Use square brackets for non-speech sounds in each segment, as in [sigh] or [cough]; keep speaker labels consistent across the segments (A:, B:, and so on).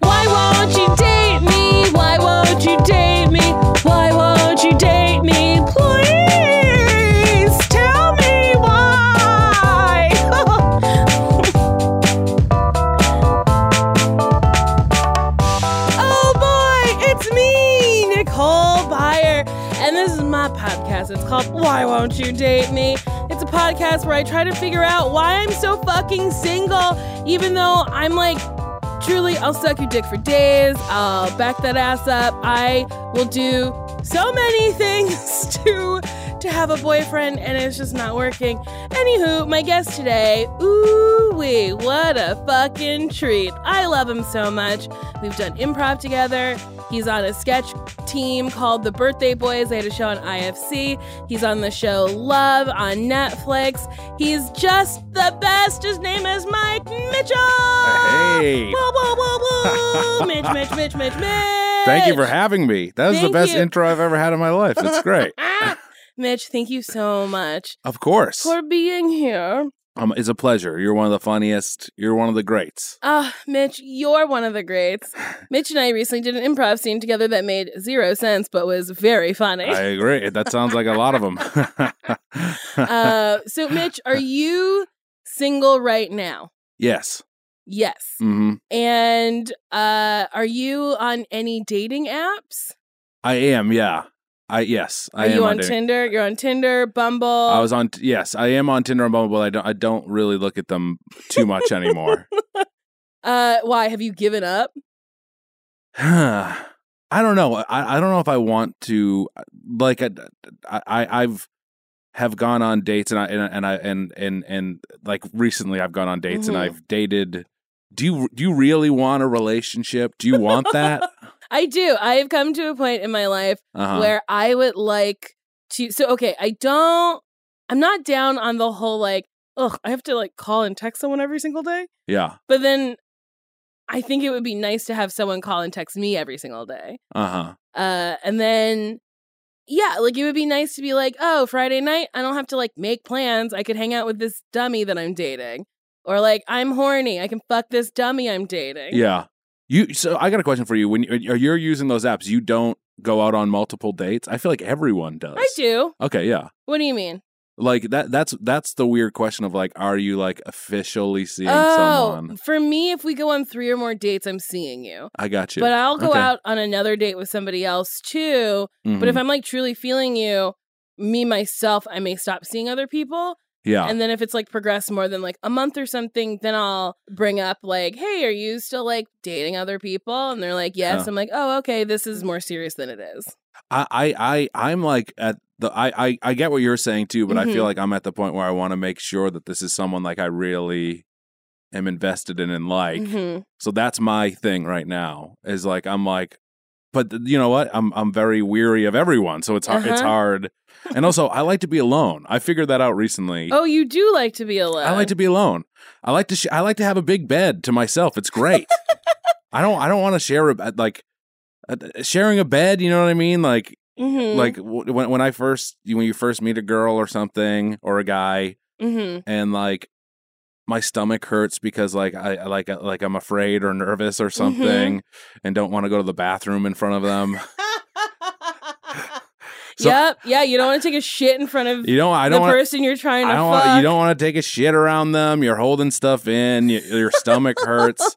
A: Why won't you date me? Why won't you date me? Why won't you date me? Please tell me why. [laughs] Oh boy, it's me, Nicole Byer, and this is my podcast. It's called Why Won't You Date Me? It's a podcast where I try to figure out why I'm so fucking single, even though I'm like, truly, I'll suck your dick for days, I'll Uh, back that ass up, I will do so many [laughs] things to to have a boyfriend and it's just not working. Anywho, my guest today, ooh wee, what a fucking treat. I love him so much. We've done improv together. He's on a sketch team called The Birthday Boys. They had a show on IFC. He's on the show Love on Netflix. He's just the best. His name is Mike Mitchell.
B: Hey.
A: Woo, woo, woo,
B: [laughs]
A: woo. Mitch, Mitch, Mitch, Mitch, Mitch.
B: Thank you for having me. That was
A: Thank
B: the best
A: you.
B: intro I've ever had in my life.
A: [laughs]
B: That's great.
A: Ah, Mitch, thank you so much
B: Of course.
A: for being here.
B: Um, it's a pleasure. You're one of the funniest. You're one of the greats.
A: Ah, Mitch, you're one of the
B: [sighs]
A: greats. Mitch and I recently did an improv scene together that made zero sense but was very funny. [laughs]
B: I agree. That sounds like a lot of them.
A: uh, so, Mitch, are you single right now?
B: [laughs] yes.
A: Yes.
B: hmm
A: And uh, are you on any dating apps?
B: I am. Yeah. I yes.
A: Are
B: I am
A: you on
B: dating-
A: Tinder? You're on Tinder, Bumble.
B: I was on. Yes, I am on Tinder and Bumble. But I don't. I don't really look at them too
A: [laughs]
B: much anymore. [sighs]
A: uh, why have you given up?
B: I don't know. I, I don't know if I want to like I, I I've have gone on dates and I and, and I and and and like recently I've gone on dates
A: Mhm.
B: and I've dated do you do you really want a relationship? Do you want
A: [laughs]
B: that?
A: I do. I have come to a point in my life
B: Uh-huh.
A: where I would like to. So, okay, I don't, I'm not down on the whole like, ugh, I have to like call and text someone every single day.
B: yeah.
A: But then I think it would be nice to have someone call and text me every single day.
B: Uh-huh.
A: Uh, and then, yeah, like it would be nice to be like, oh, Friday night, I don't have to like make plans. I could hang out with this dummy that I'm dating. Or like, I'm horny. I can fuck this dummy I'm dating.
B: Yeah. You so I got a question for you. When you- you're using those apps, you don't go out on multiple dates? I feel like everyone does.
A: I do.
B: Okay, yeah.
A: What do you mean?
B: Like that that's that's the weird question of like are you like officially seeing someone?
A: Oh, for me, if we go on three or more dates, I'm seeing you.
B: I got you.
A: But I'll go
B: Okay.
A: out on another date with somebody else too. But if
B: Mhm.
A: I'm like truly feeling you, me myself, I may stop seeing other people.
B: yeah.
A: And then if it's like progressed more than like a month or something, then I'll bring up like, hey, are you still like dating other people? And they're like, yes.
B: Huh.
A: I'm like, oh, okay, this is more serious than it is.
B: I I I I'm like at the I I, I get what you're saying too, but I
A: Mhm.
B: feel like I'm at the point where I want to make sure that this is someone like I really am invested in and like.
A: Mhm.
B: So that's my thing right now. Is like I'm like but th- you know what? I'm I'm very weary of everyone, so it's hard. It's
A: Uh-huh.
B: hard. And also, I like to be alone. I figured that out recently.
A: Oh, you do like to be alone.
B: I like to be alone. I like to sh- I like to have a big bed to myself. It's great. I don't I don't want to share a bed- like uh, sharing a bed. You know what I mean? Like
A: Mhm.
B: like w- when when I first when you first meet a girl or something or a guy,
A: Mhm.
B: and like my stomach hurts because like I I- like uh, like I'm afraid or nervous or something and don't want to go to the bathroom in front of them. [laughs] So-
A: yep. Yeah. You don't want to take a shit in front of
B: You know, I
A: the
B: don't want
A: person you're trying to
B: I don't
A: fuck.
B: want you don't want to take a shit around them. You're holding stuff in. y your stomach
A: [laughs]
B: hurts.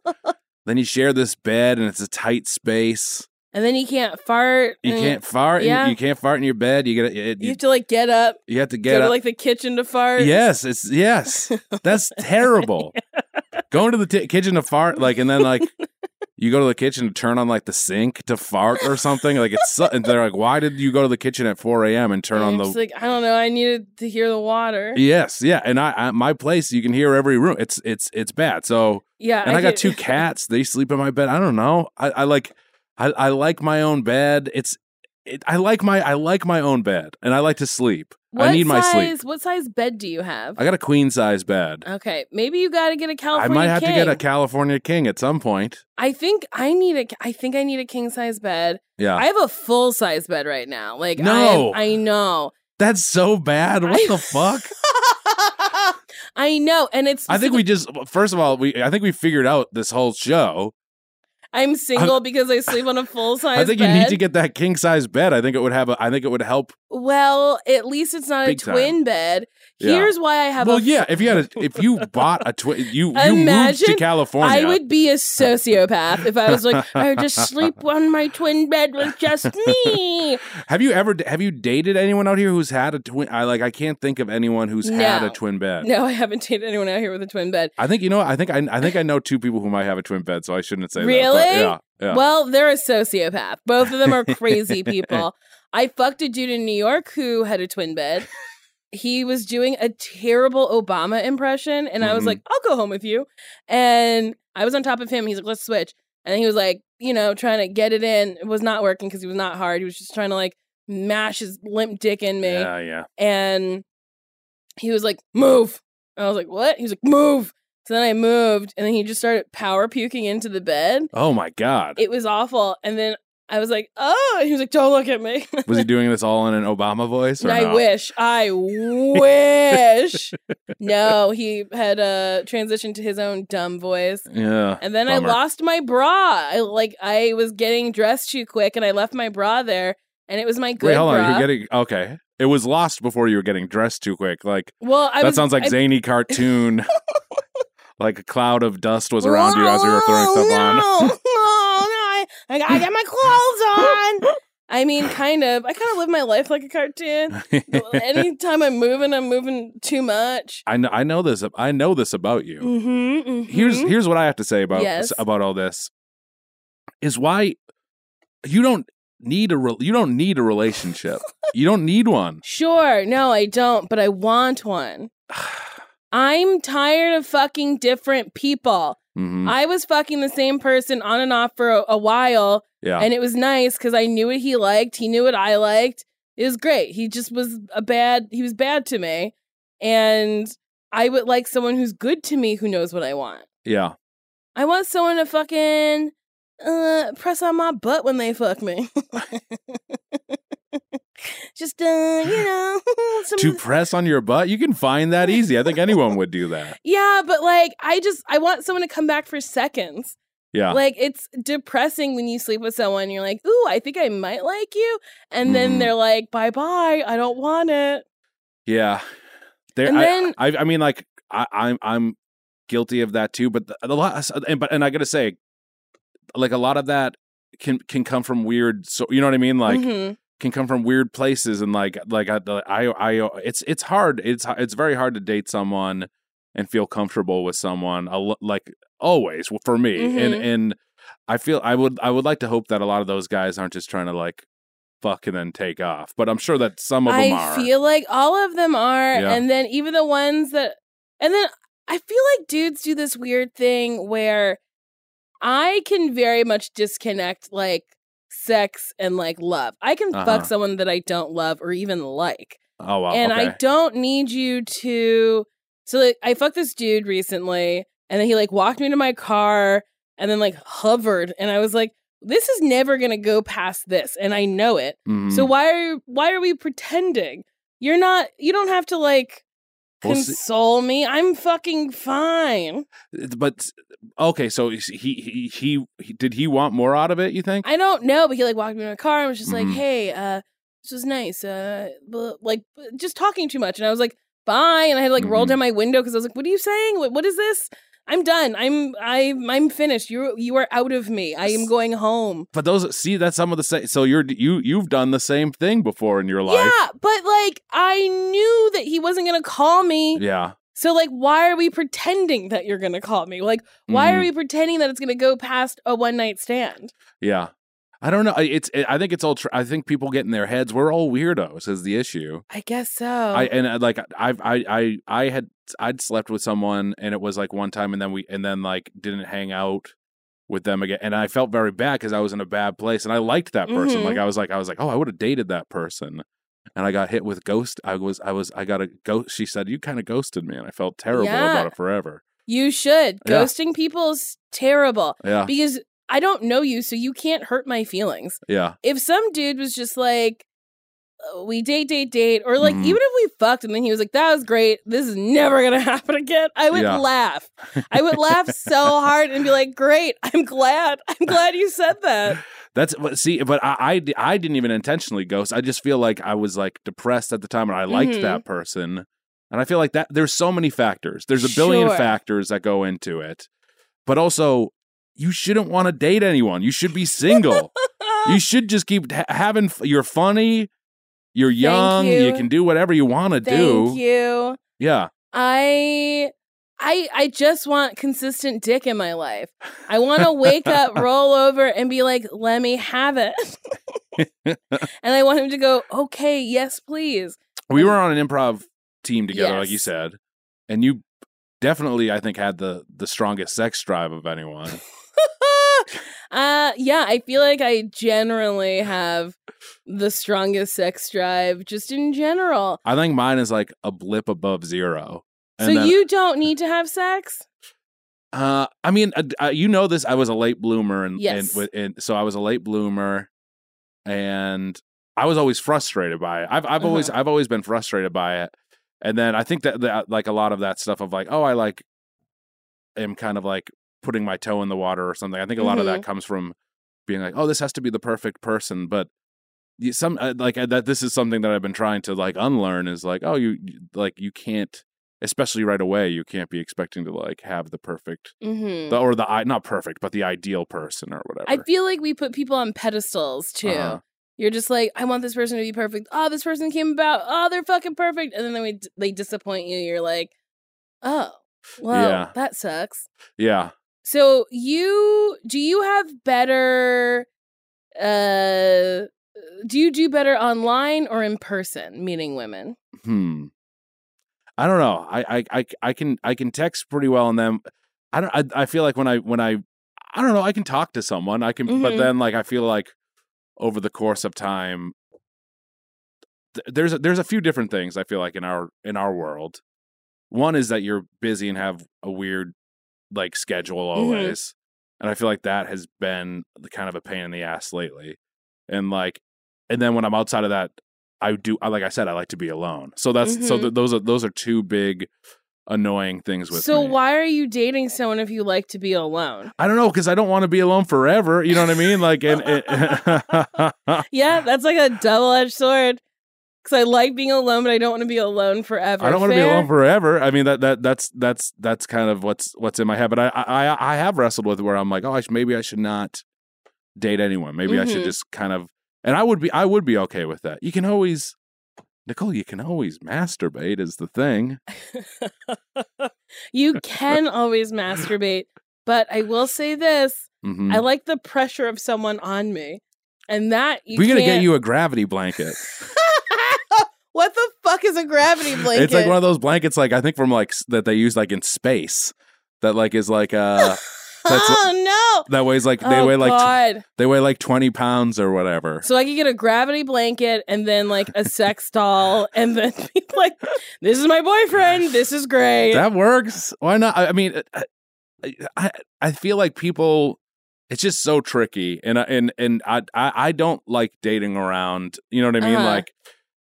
B: Then you share this bed and it's a tight space.
A: and then you can't fart.
B: You
A: and
B: can't fart. in-
A: Mm. yeah.
B: you can't fart in your bed. You get it,
A: You
B: you,
A: have to like get up,
B: you have to
A: go
B: get
A: to
B: up.
A: like the kitchen to fart.
B: Yes, it's
A: [laughs]
B: yes. That's terrible. Going to the t- kitchen to fart, like, and then
A: [laughs]
B: like you go to the kitchen to turn on like the sink to fart or something. Like it's su- and they're like, why did you go to the kitchen at four a.m. and turn
A: And
B: on
A: you're
B: the?
A: just like I don't know. I needed to hear the water.
B: yes, yeah, and I, I my place you can hear every room. It's it's it's bad. So
A: [laughs] Yeah.
B: and I, got
A: get-
B: two cats. They sleep in my bed. I don't know. I, I like I, I like my own bed. It's it, I like my I like my own bed, and I like to sleep.
A: What
B: I need my
A: size,
B: sleep.
A: What size bed do you have?
B: I got a queen size bed.
A: okay, maybe you got to get a
B: I
A: California.
B: might have to get a
A: Oh, king.
B: California King at some point.
A: I think I need a. I think I need a king size bed.
B: Yeah,
A: I have a full size bed right now. Like I
B: No.
A: have- I know.
B: that's so bad. What
A: I- [laughs]
B: the fuck?
A: I know, and it's.
B: I think we just first of all we I think we figured out this whole show.
A: I'm single because I sleep on a full size.
B: [laughs] I think you need to get that king size bed. I think it would have a. I think it would help.
A: Well, at least it's not
B: Big
A: a
B: time.
A: twin bed.
B: Yeah.
A: Here's why I have.
B: well,
A: a,
B: yeah. If you had a, if you bought a
A: [laughs]
B: twin, you you moved to
A: Imagine
B: California.
A: I would be a sociopath if I was like, I would just sleep on my twin bed with just me.
B: Have you ever have you dated anyone out here who's had a twin? I like I can't think of anyone who's had a
A: No.
B: twin bed.
A: No, I haven't dated anyone out here with a twin bed.
B: I think you know. what? I think I I think I know two people who might have a twin bed, so I shouldn't say
A: Really?
B: that. but yeah, yeah.
A: Well, they're a sociopath. Both of them are crazy people. I fucked a dude in New York who had a twin bed. He was doing a terrible Obama impression, and I was
B: Mhm.
A: like, I'll go home with you. And I was on top of him. He's like, let's switch. And he was like, you know, trying to get it in. It was not working because he was not hard. He was just trying to like mash his limp dick in me.
B: yeah, yeah.
A: and he was like, "Move," and I was like, "What?" He was like, "Move." So then I moved, and then he just started power puking into the bed.
B: Oh my god.
A: It was awful. And then I was like, "Oh," and he was like, "Don't look at me." [laughs]
B: Was he doing this all in an Obama voice? Or
A: I
B: no?
A: wish. I wish. no, he had uh, transitioned to his own dumb voice.
B: Yeah.
A: And then
B: Bummer.
A: I lost my bra. I like I was getting dressed too quick, and I left my bra there, and it was my good
B: Wait, hold
A: bra.
B: on. You're getting okay. It was lost before you were getting dressed too quick. Like
A: well, I
B: that
A: was,
B: sounds like
A: I [laughs]
B: zany cartoon. like a cloud of dust was around you as you were throwing
A: Oh,
B: stuff
A: no.
B: on. [laughs]
A: Oh, no, I, I gotta get my clothes on. I mean, kind of. I kind of live my life like a cartoon. Anytime I'm moving, I'm moving too much.
B: [laughs] I know. I know this. I know this about you.
A: Mm-hmm,
B: Here's here's what I have to say about
A: Yes.
B: about all this. Is why you don't need a re- you don't need a
A: [laughs]
B: relationship. you don't need one. [sighs]
A: sure. No, I don't, but I want one. I'm tired of fucking different people.
B: Mhm.
A: I was fucking the same person on and off for a, a while,
B: Yeah.
A: and it was nice because I knew what he liked. He knew what I liked. It was great. He just was a bad. He was bad to me, and I would like someone who's good to me, who knows what I want.
B: yeah.
A: I want someone to fucking uh, press on my butt when they fuck me. [laughs] just uh, you know, [laughs] some
B: To press on your butt, you can find that easy. I think anyone would do that.
A: yeah, but like I just I want someone to come back for seconds.
B: Yeah.
A: Like it's depressing when you sleep with someone and you're like, "Ooh, I think I might like you." And
B: Mhm.
A: then they're like, "Bye-bye. I don't want it."
B: Yeah. There,
A: And
B: I,
A: then-
B: I, I mean, like, I, I'm, I'm guilty of that too. But the, the lot, and but, and I gotta say, like, a lot of that can can come from weird. So you know what I mean? Like,
A: Mhm.
B: can come from weird places, and like, like I, I, I, it's, it's hard. It's, it's very hard to date someone and feel comfortable with someone. A lo- Like always for me, and
A: Mhm.
B: and I feel I would, I would like to hope that a lot of those guys aren't just trying to like fuck and then take off. But I'm sure that some of
A: I
B: them are.
A: feel like all of them are
B: Yeah.
A: and then even the ones that and then I feel like dudes do this weird thing where I can very much disconnect like sex and like love. I can
B: Uh-huh.
A: fuck someone that I don't love or even like.
B: Oh wow.
A: and
B: okay.
A: I don't need you to. So like, I fucked this dude recently, and then he like walked me to my car, and then like hovered, and I was like, "This is never gonna go past this," and I know it.
B: Mhm.
A: So why are why are we pretending? You're not. You don't have to like
B: Well, see-
A: console me. I'm fucking fine.
B: but okay, so is- he, he he he did he want more out of it? You think?
A: I don't know, but he like walked me to my car and was just
B: Mhm.
A: like, "Hey, uh, this was nice." Uh, blah, like just talking too much, and I was like, "Bye," and I had like rolled
B: Mhm.
A: down my window because I was like, "What are you saying? What, what is this? I'm done. I'm I'm I'm finished. You you are out of me. I am going home."
B: but those see that's some of the same. So you're you you've done the same thing before in your life.
A: Yeah, but like I knew that he wasn't gonna call me.
B: Yeah.
A: So like, why are we pretending that you're gonna call me? Like, why are
B: Mhm.
A: we pretending that it's gonna go past a one night stand?
B: Yeah. I don't know. I- It's. I think it's all. Tr- I think people get in their heads. We're all weirdos. Is the issue.
A: I guess so.
B: I and uh, like I've I I I had I'd slept with someone and it was like one time and then we and then like didn't hang out with them again and I felt very bad because I was in a bad place and I liked that person
A: Mhm.
B: like I was like I was like oh I would have dated that person and I got hit with ghost I was I was I got a ghost she said you kind of ghosted me and I felt terrible
A: Yeah.
B: about it forever
A: you should
B: Yeah.
A: ghosting people is terrible.
B: yeah
A: because I don't know you, so you can't hurt my feelings.
B: yeah
A: If some dude was just like, uh, we date, date, date, or like,
B: Mhm.
A: even if we fucked and then he was like, that was great, this is never gonna [laughs] happen again, I would
B: Yeah. [laughs]
A: laugh. I would laugh so hard and be like, great, I'm glad. I'm glad you said that.
B: that's but see but I, I di- I didn't even intentionally ghost I just feel like I was like depressed at the time and I liked
A: Mhm.
B: that person and I feel like that there's so many factors there's a billion
A: Sure.
B: factors that go into it but also you shouldn't want to date anyone you should be single
A: [laughs]
B: you should just keep ha- having f- you're funny you're
A: Thank
B: young you.
A: you.
B: can do whatever you want to do
A: Thank you.
B: yeah
A: I. I, I just want consistent dick in my life. I want to wake
B: [laughs]
A: up, roll over, and be like, let me have it. and I want him to go, okay, yes, please. [laughs]
B: we were on an improv team together like you
A: Yes.
B: said and you definitely I think had the the strongest sex drive of anyone
A: uh, yeah, I feel like I generally have the strongest sex drive just in general.
B: I think mine is like a blip above zero.
A: so
B: And then-
A: you don't need to have sex?
B: uh, I mean, uh, uh, you know this. I was a late bloomer, and
A: Yes.
B: and, and, and so I was a late bloomer, and I was always frustrated by it. I've I've always
A: Uh-huh.
B: I've always been frustrated by it, and then I think that, that like a lot of that stuff of like, oh, I like am kind of like putting my toe in the water or something. I think a lot of that
A: Mm-hmm.
B: comes from being like, oh, this has to be the perfect person, but you- some uh, like uh, that this is something that i've been trying to like unlearn is like oh you you- like you can't especially right away you can't be expecting to like have the perfect
A: Mm-hmm.
B: the, or the i not perfect but the ideal person or whatever
A: I feel like we put people on pedestals too.
B: Uh-huh.
A: You're just like, I want this person to be perfect. Oh, this person came about. Oh, they're fucking perfect. And then they, would- they disappoint you. You're like, oh, well,
B: Yeah.
A: that sucks.
B: yeah
A: So you do you have better uh do you do better online or in person meeting women?
B: hmm i don't know I, I i i can i can text pretty well and then i don't I, I feel like when i when i i don't know i can talk to someone i can but
A: Mhm.
B: then like i feel like over the course of time th- there's a, there's a few different things i feel like in our in our world one is that you're busy and have a weird like schedule always and i feel like that has been the kind of a pain in the ass lately and like and then when i'm outside of that i do I, like i said i like to be alone so that's so
A: Mhm.
B: th- those are those are two big annoying things with
A: So
B: me.
A: why are you dating someone if you like to be alone?
B: i don't know because i don't want to be alone forever you know what i mean like and, [laughs] and [sighs]
A: Yeah, that's like a double-edged sword. Cuz I like being alone, but I don't want to be alone forever.
B: I don't want to be
A: Fair?
B: alone forever. I mean that that that's that's that's kind of what's what's in my head. But I I I have wrestled with where I'm like, oh, I sh- maybe I should not date anyone. Maybe I should
A: Mhm.
B: just kind of. And I would be I would be okay with that. You can always, Nicole. You can always masturbate is the thing. [laughs]
A: you can always masturbate, but I will say this,
B: Mhm.
A: I like the pressure of someone on me. And that you
B: We're gonna
A: can't-
B: get you a gravity blanket.
A: what the fuck is a [laughs] gravity blanket?
B: [laughs] It's
A: [laughs]
B: like one of those blankets, like I think from like s- that they use like in space. That like is like uh That's what-
A: oh
B: that weighs like
A: no!
B: they
A: oh,
B: weigh like tw- [laughs]
A: God.
B: they weigh like twenty pounds or whatever.
A: So I could get a gravity blanket and then like a sex doll and then [laughs] be like, this is my boyfriend. This is great.
B: that works. Why not? I I mean, I- I I feel like people. It's just so tricky, and I and and I I, I don't like dating around. You know what I mean?
A: Uh-huh.
B: Like,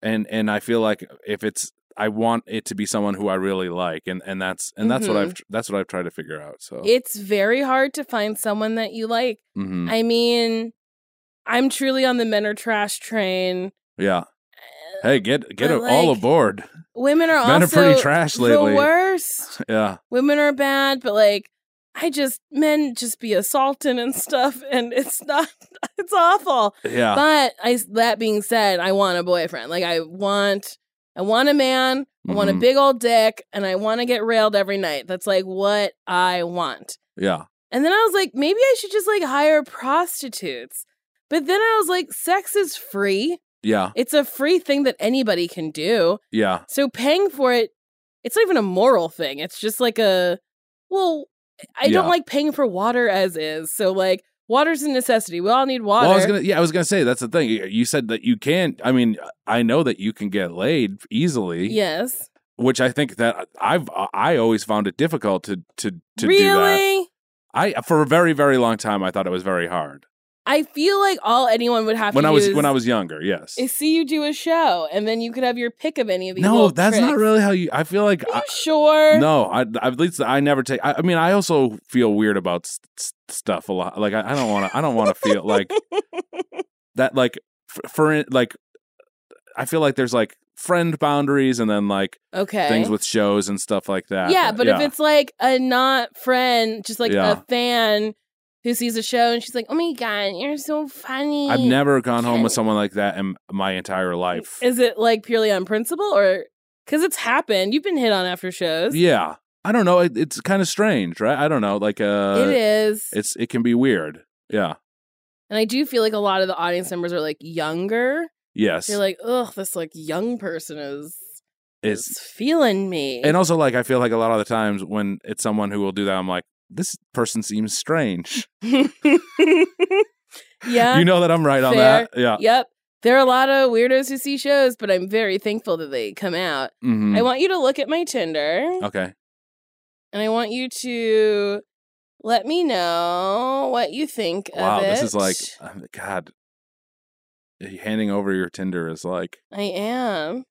B: and and I feel like if it's I want it to be someone who I really like, and and that's and that's
A: Mm-hmm.
B: what I've that's what I've tried to figure out. So
A: it's very hard to find someone that you like.
B: mhm.
A: I mean, I'm truly on the men are trash train.
B: yeah. Hey, get get
A: Uh, but,
B: all
A: like,
B: aboard.
A: Women are
B: Men are
A: also
B: pretty trash lately.
A: the worst.
B: Yeah,
A: Women are bad, but like I just men just be assaulting and stuff, and it's not [laughs] it's awful.
B: yeah.
A: But I that being said, I want a boyfriend. Like I want I want a man. I want a
B: Mhm.
A: big old dick, and I want to get railed every night. That's like what I want.
B: Yeah.
A: And then I was like, maybe I should just like hire prostitutes. But then I was like, sex is free.
B: Yeah.
A: It's a free thing that anybody can do.
B: Yeah.
A: So paying for it, it's not even a moral thing. It's just like a, well, I don't
B: Yeah.
A: like paying for water as is. So like, water's a necessity. We all need water.
B: Well, I was gonna. Yeah, I was gonna say that's the thing. You you said that you can. I mean, I know that you can get laid easily.
A: yes.
B: Which I think that uh, I've I always found it difficult to to to
A: really?
B: do that. I for a very very long time I thought it was very hard
A: I feel like all anyone would have
B: when
A: to
B: I
A: do
B: was
A: is,
B: when I was younger. Yes.
A: is see you do a show, and then you could have your pick of any of these.
B: No,
A: little
B: that's not
A: tricks.
B: really how you. I feel like
A: Are
B: I,
A: you sure?
B: no. I at least I never take. I, I mean, I also feel weird about s- s- stuff a lot. Like I, I don't want to. I don't want to feel
A: [laughs]
B: like that like f- for in- like I feel like there's like friend boundaries and then like
A: okay.
B: things with shows and stuff like that.
A: Yeah, but if it's like a not friend, just like
B: Yeah.
A: a fan who sees a show and she's like, "Oh my god, you're so funny."
B: I've never gone home with
A: Can-
B: someone like that in my entire life.
A: Is it like purely on principle or because it's happened? You've been hit on after shows.
B: yeah, I don't know. It, it's kind of strange, right? I don't know. Like uh,
A: it is,
B: it's it can be weird. Yeah.
A: and I do feel like a lot of the audience members are like younger.
B: Yes.
A: You're like, ugh, this like young person is
B: it's
A: is feeling me. [laughs]
B: and also like I feel like a lot of the times when it's someone who will do that, I'm like. This person seems strange.
A: yeah,
B: you know that I'm right on
A: fair.
B: that. Yeah.
A: yep. There are a lot of weirdos who see shows, but I'm very thankful that they come out.
B: Mhm.
A: I want you to look at my Tinder
B: okay.
A: and I want you to let me know what you think
B: Wow,
A: of it.
B: this is like um, God. Handing over your Tinder is like
A: I am.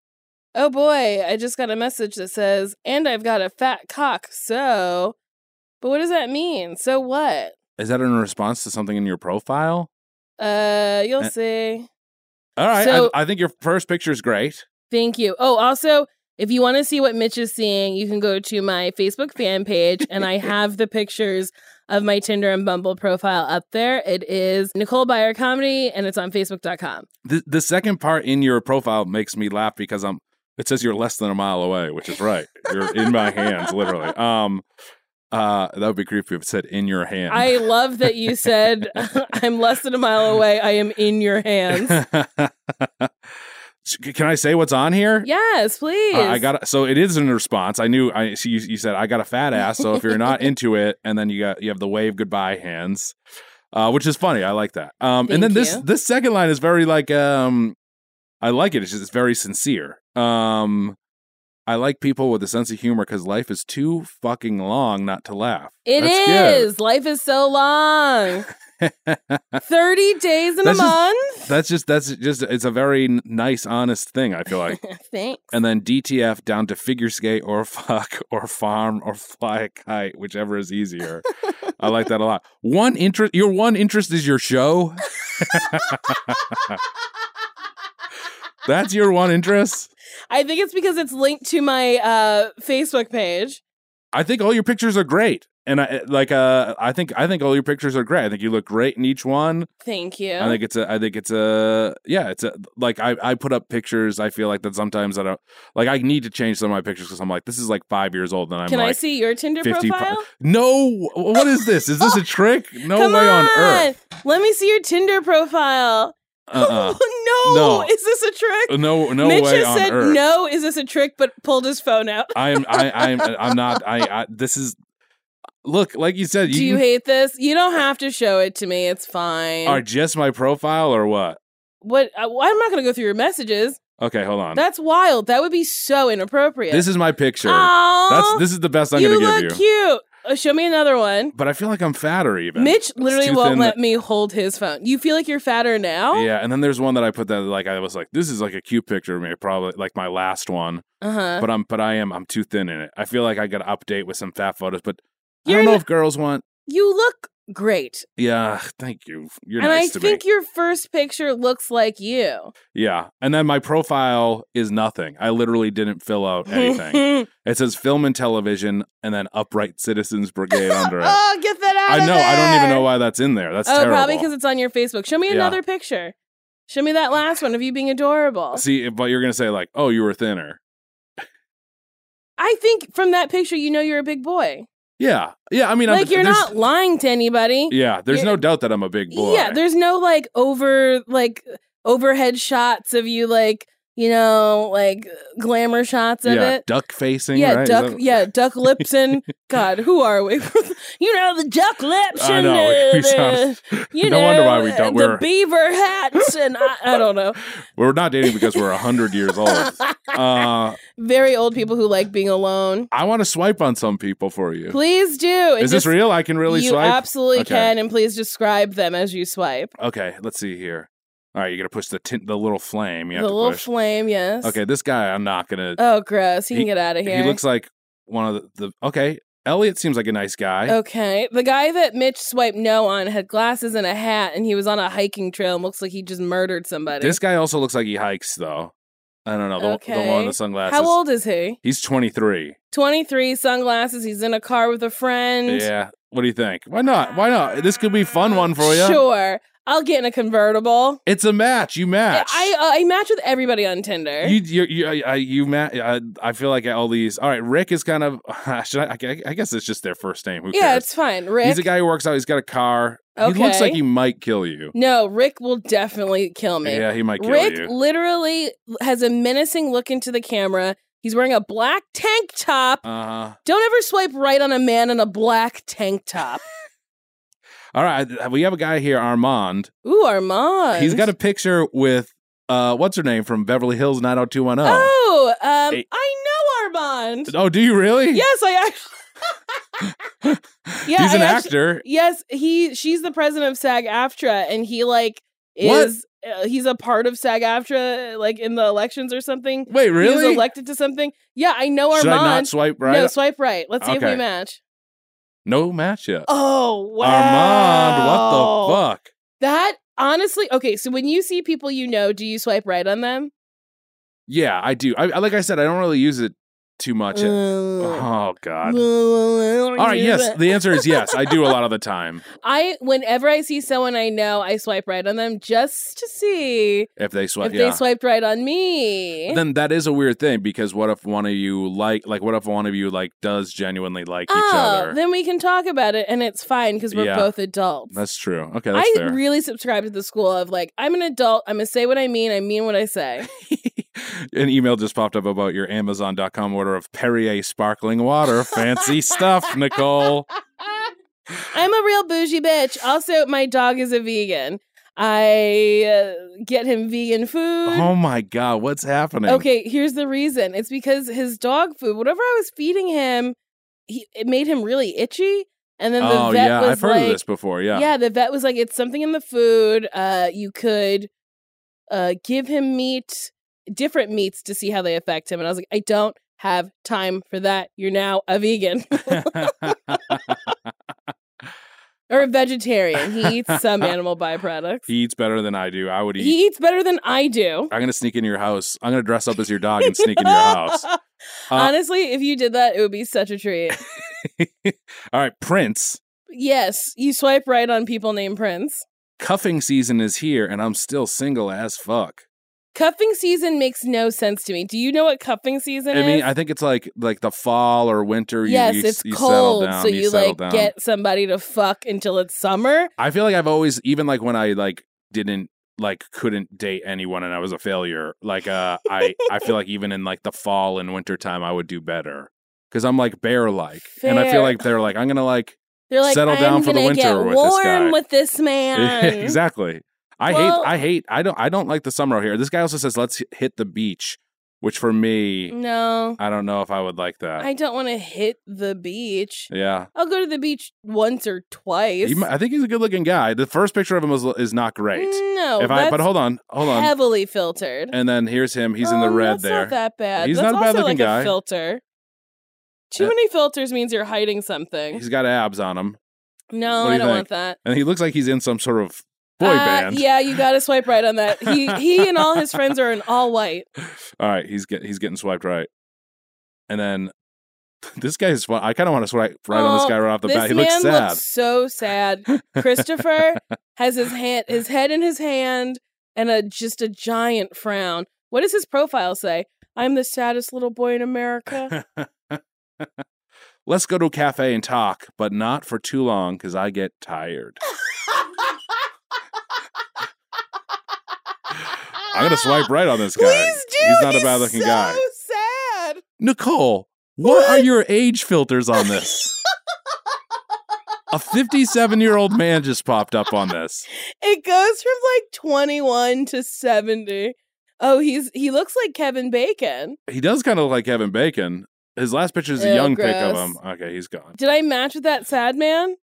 A: Oh boy, I just got a message that says, and I've got a fat cock, so. But what does that mean? So what?
B: is that in response to something in your profile?
A: Uh, you'll
B: Uh,
A: see.
B: All right,
A: So-
B: I, I think your first picture is great.
A: Thank you. Oh, also, if you want to see what Mitch is seeing, you can go to my Facebook fan page, and
B: [laughs]
A: I have the pictures of my Tinder and Bumble profile up there. It is Nicole Byer Comedy, and it's on Facebook.com.
B: The the second part in your profile makes me laugh because I'm it says you're less than a mile away, which is right. You're in my hands, literally. Um uh that would be creepy if it said in your hand.
A: I love that you said,
B: [laughs]
A: I'm less than a mile away. I am in your hands.
B: [laughs] Can I say what's on here?
A: Yes, please.
B: Uh, I got so it is in response. I knew I so you, you said I got a
A: [laughs]
B: fat ass, so if you're not into it, and then you got you have the wave goodbye hands, uh, which is funny. I like that. Um, and then
A: Thank
B: this
A: you.
B: this second line is very like um, I like it. It's just it's very sincere. Um, I like people with a sense of humor because life is too fucking long not to laugh.
A: It
B: That's
A: is. Life is so
B: [laughs]
A: long.
B: good.
A: 30 days in
B: That's
A: a
B: just-
A: month. [laughs]
B: that's just that's just it's a very n- nice, honest thing. I feel like.
A: Thanks.
B: and then DTF down to figure skate or [laughs] fuck or farm or fly a kite, whichever is easier. I like that a lot. One interest, your one interest is your show. [laughs] That's your one interest.
A: I think it's because it's linked to my uh, Facebook page.
B: I think all your pictures are great, and I like. Uh, I think I think all your pictures are great. I think you look great in each one.
A: Thank you.
B: I think it's a. I think it's a. Yeah, it's a. Like I, I put up pictures. I feel like that sometimes I don't. Like I need to change some of my pictures because I'm like this is like five years old, and I'm
A: Can
B: like.
A: I see your Tinder
B: 50
A: profile?
B: No, what is this? Is this a trick? No
A: Come
B: way on,
A: on.
B: earth.
A: Let me see your Tinder profile. [laughs]
B: Uh-uh.
A: no.
B: No.
A: Is this a trick?
B: No, no
A: Mitch
B: way
A: has
B: on
A: said
B: earth.
A: no. Is this a trick? But pulled his phone out.
B: I'm, I, I'm, I'm not. I, I. This is look, like you said,
A: Do you
B: can-
A: hate this? You don't have to show it to me. It's fine.
B: are just my profile or what?
A: What? I, well, I'm not going to go through your messages.
B: Okay, hold on.
A: That's wild. That would be so inappropriate.
B: Um, This is my picture.
A: Aw,
B: That's this is the best I'm
A: you
B: gonna
A: look
B: give you.
A: cute. Uh, show me another one.
B: But I feel like I'm fatter even.
A: Mitch literally
B: too
A: won't
B: thin.
A: let me hold his phone. You feel like you're fatter now?
B: Yeah, and then there's one that I put that like I was like, this is like a cute picture of me, probably like my last one.
A: Uh huh.
B: But I'm but I am I'm too thin in it. I feel like I gotta update with some fat photos, but I
A: You're
B: don't know
A: n-
B: if girls want
A: You look great.
B: yeah, thank you. You're
A: and
B: nice
A: I
B: to
A: think
B: me.
A: your first picture looks like you.
B: yeah. And then my profile is nothing. I literally didn't
A: [laughs]
B: fill out anything. it says film and television and then upright citizens
A: [laughs]
B: brigade under it.
A: oh, get that out
B: I
A: of
B: know,
A: there.
B: I don't even know why that's in there. That's
A: oh,
B: terrible.
A: probably because it's on your Facebook. Show me
B: Yeah.
A: another picture. Show me that last one of you being adorable.
B: See, but you're gonna say like, "Oh, you were thinner."
A: I think from that picture, you know you're a big boy.
B: Yeah, yeah. I mean,
A: like
B: I'm,
A: you're
B: there's-
A: not lying to anybody.
B: Yeah, there's
A: you're-
B: no doubt that I'm a big boy.
A: Yeah, there's no like over like overhead shots of you like you know like glamour shots of
B: yeah,
A: it.
B: duck facing.
A: yeah,
B: right? Is
A: duck.
B: that- [laughs]
A: Yeah, duck lips and God, who are we? [laughs] you know the duck lips
B: I
A: and
B: know, [laughs]
A: the,
B: we
A: the- you
B: [laughs] no
A: know
B: wonder why we don't.
A: the
B: We're
A: beaver hats and I, I don't
B: [coughs]
A: know. [laughs]
B: we're not dating because we're hundred years old. Uh,
A: Very old people who like being alone.
B: I want to swipe on some people for you.
A: Please do. It
B: [laughs] Is this
A: just-
B: real? I can really
A: you
B: swipe.
A: absolutely
B: Okay.
A: can, and please describe them as you swipe.
B: okay, let's see here. All right, you gotta push the tint, the little flame. You
A: The
B: have to
A: little
B: push.
A: flame, yes.
B: okay, this guy, I'm not gonna.
A: Oh, gross. He, can get out of here.
B: he looks like one of the, the. Okay, Elliot seems like a nice guy.
A: Okay. The guy that Mitch swiped no on had glasses and a hat, and he was on a hiking trail and looks like he just murdered somebody.
B: This guy also looks like he hikes, though. I don't know the, the one
A: Okay.
B: with the sunglasses.
A: How old is he?
B: He's 23.
A: 23, sunglasses. He's in a car with a friend.
B: Yeah. What do you think? Why not? Why not? This could be a fun one for you.
A: Sure. I'll get in a convertible.
B: It's a match. You
A: I,
B: match.
A: I, I match with everybody on Tinder.
B: you you you I, I- you ma- I, I feel like all these. All right, Rick is kind of. [laughs] Should I, I, I guess it's just their first name. Who
A: yeah,
B: cares?
A: it's fine. Rick.
B: He's a guy who works out. He's got a car. He looks like
A: Okay.
B: he might kill you.
A: No, Rick will definitely kill me.
B: Yeah, he might kill
A: Rick
B: you.
A: literally has a menacing look into the camera. He's wearing a black tank top.
B: Uh huh.
A: Don't ever swipe right on a man in a black tank top.
B: All right, we have a guy here, Armand.
A: Ooh, Armand.
B: He's got a picture with uh, what's her name from Beverly Hills 90210.
A: Oh, um,
B: Hey.
A: I know Armand.
B: Oh, do you really?
A: Yes, I actually. yeah,
B: [laughs] He's
A: I
B: an
A: actu-
B: actor.
A: Yes, he. She's the president of SAG-AFTRA, and he like
B: What?
A: is uh, he's a part of SAG-AFTRA, like in the elections or something.
B: Wait,
A: He was
B: really?
A: elected to something. Yeah, I know Armand.
B: Should I not swipe right?
A: No, swipe right. Let's see if
B: Okay.
A: we match.
B: No match yet.
A: Oh wow,
B: Armand, what the fuck?
A: That honestly, okay. So when you see people you know, do you swipe right on them?
B: Yeah, I do. I, I- like I said, I don't really use it too much. oh God. All right. Yes, the answer is yes. I do a lot of
A: [laughs]
B: the time
A: I whenever I see someone I know, I swipe right on them just to see
B: if they swipe.
A: if
B: yeah.
A: they swiped right on me.
B: then that is a weird thing because what if one of you like like what if one of you like does genuinely like each
A: oh,
B: other?
A: then we can talk about it, and it's fine because we're
B: Yeah.
A: both adults.
B: that's true. Okay, that's
A: I
B: fair.
A: really subscribe to the school of like I'm an adult. I'm gonna say what I mean. I mean what I say.
B: [laughs] An email just popped up about your Amazon.com order of Perrier sparkling water.
A: [laughs]
B: Fancy stuff, Nicole.
A: I'm a real bougie bitch. Also, my dog is a vegan. I uh, get him vegan food.
B: Oh my God, what's happening?
A: okay, here's the reason. It's because his dog food, whatever I was feeding him, he, it made him really itchy. And then the
B: oh
A: vet
B: yeah,
A: was
B: I've heard
A: like,
B: of this before. Yeah.
A: the vet was like, it's something in the food. Uh, you could uh, give him meat, different meats to see how they affect him. And I was like, I don't have time for that. You're now a
B: [laughs]
A: vegan [laughs] or a vegetarian. He eats
B: [laughs]
A: some animal byproducts.
B: he eats better than I do. I would eat.
A: He eats better than I do.
B: I'm gonna sneak into your house. I'm gonna dress up as your dog and sneak into your house.
A: [laughs] Honestly, if you did that, it would be such a
B: [laughs]
A: treat.
B: All right, Prince.
A: yes, you swipe right on people named Prince.
B: Cuffing season is here, and I'm still single as fuck.
A: Cuffing season makes no sense to me. Do you know what cuffing season
B: I mean,
A: is?
B: I think it's like like the fall or winter. you-
A: yes,
B: you,
A: it's
B: you settle
A: cold,
B: down,
A: so you,
B: settle
A: like
B: down.
A: get somebody to fuck until it's summer.
B: I feel like I've always, even like when I like didn't like couldn't date anyone and I was a failure. Like uh, I I feel like even in like the fall and winter time, I would do better. because I'm like bear like, and I feel
C: Fair.
B: like they're like I'm gonna like [laughs]
C: They're like,
B: Settle
C: I'm
B: down for the
C: gonna
B: winter
C: get
B: with this
C: warm
B: guy."
C: with
B: [laughs]
C: this man.
B: exactly. I
C: Well-
B: hate I hate I don't I don't like the summer out here. This guy also says let's h- hit the beach, which for me
A: Mm.
C: No,
B: I don't know if I would like that.
C: I don't want to hit the beach.
B: yeah,
C: I'll go to the beach once or twice.
B: He mi- I think he's a good looking guy. The first picture of him is, is not great.
C: No,
B: if I but
C: that's
B: hold on, hold on,
C: heavily filtered.
B: and then here's him. He's in the
C: Um,
B: red
C: that's
B: there.
C: Not that bad.
B: He's
C: that's
B: not a bad
C: also like
B: looking guy.
C: A filter. Too
B: Uh,
C: many filters means you're hiding something.
B: He's got abs on him,
C: no,
B: what do
C: I
B: you
C: don't
B: think?
C: want that.
B: and he looks like he's in some sort of boy
C: Uh,
B: band.
C: Yeah, you got to swipe right on that. He he and all his friends are in all white.
B: [laughs] All right, he's get, he's getting swiped right, and then [laughs] this guy is. fun- I kind of want to swipe right on this
C: Oh,
B: guy right off the
C: this
B: bat. He
C: man
B: looks sad.
C: looks so sad. Christopher has his hand his head in his hand and a just a giant frown. What does his profile say? I'm the saddest little boy in America.
B: [laughs] Let's go to a cafe and talk, but not for too long because I get tired. I'm gonna swipe right on this guy.
C: Please do.
B: He's not a
C: He's
B: bad looking
C: so
B: guy.
C: sad.
B: Nicole, what, are your age filters on this? a 57 year old man just popped up on this.
C: [laughs] It goes from like 21 to 70. Oh, he's he looks like Kevin Bacon.
B: He does kind of look like Kevin Bacon. His last picture is a
C: Ew,
B: young pic of
C: gross.
B: him. Okay, he's gone.
C: Did I match with that sad man?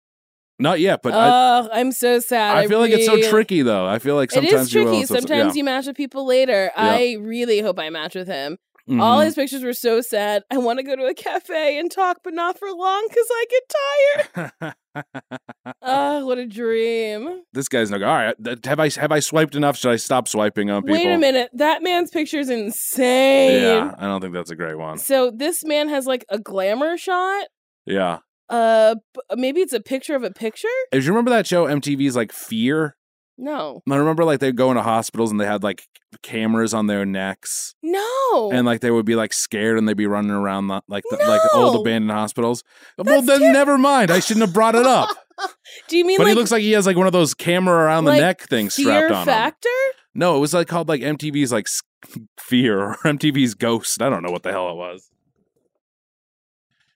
B: Not yet, but I,
C: oh, I'm so sad.
B: I feel like it's so
C: really-
B: tricky though. I feel like
C: It
B: sometimes
C: is
B: you will.
C: tricky.
B: and some-
C: Sometimes you match with people later.
B: Yeah.
C: I really hope I match with him.
B: yeah.
C: All
B: Mhm.
C: his pictures were so sad. I want to go to a cafe and talk, but not for long because I get tired.
B: Mm-hmm.
C: [laughs] Oh, what a dream.
B: [laughs] this guy's like, all right, th- have I have I swiped enough? Should I stop swiping on people?
C: Wait a minute. That man's picture is insane.
B: Yeah, I don't think that's a great one.
C: So this man has like a glamour shot.
B: Yeah.
C: Uh, b- maybe it's a picture of a picture.
B: If you remember that show MTV's like Fear,
C: No,
B: I remember like they'd go into hospitals and they had like cameras on their necks
C: no.
B: and like they would be like scared and they'd be running around lo- like the, like old
C: No.
B: abandoned hospitals. well,
C: That's
B: then
C: ter-
B: never mind. I shouldn't have brought it up.
C: [laughs] Do you mean
B: but
C: like
B: he looks like he has like one of those camera around the
C: like
B: neck things
C: fear
B: strapped on him.
C: factor?
B: No, it was like called like MTV's like s- [laughs] Fear or MTV's Ghost. I don't know what the hell it was.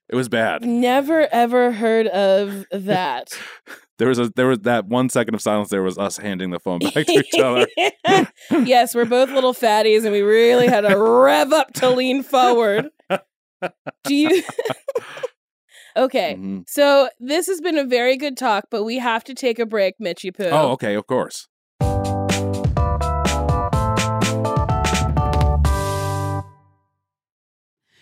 B: It was bad.
C: Never ever heard of
B: [laughs]
C: that.
B: There was a there was that one second of silence. There was us handing the phone back
C: [laughs]
B: to each other.
C: yes, we're both little fatties, and we really had to rev up to lean forward.
B: [laughs]
C: Do you? [laughs] okay.
B: Mhm.
C: So this has been a very good talk, but we have to take a break, Mitchy Poo.
B: Oh, okay, of course.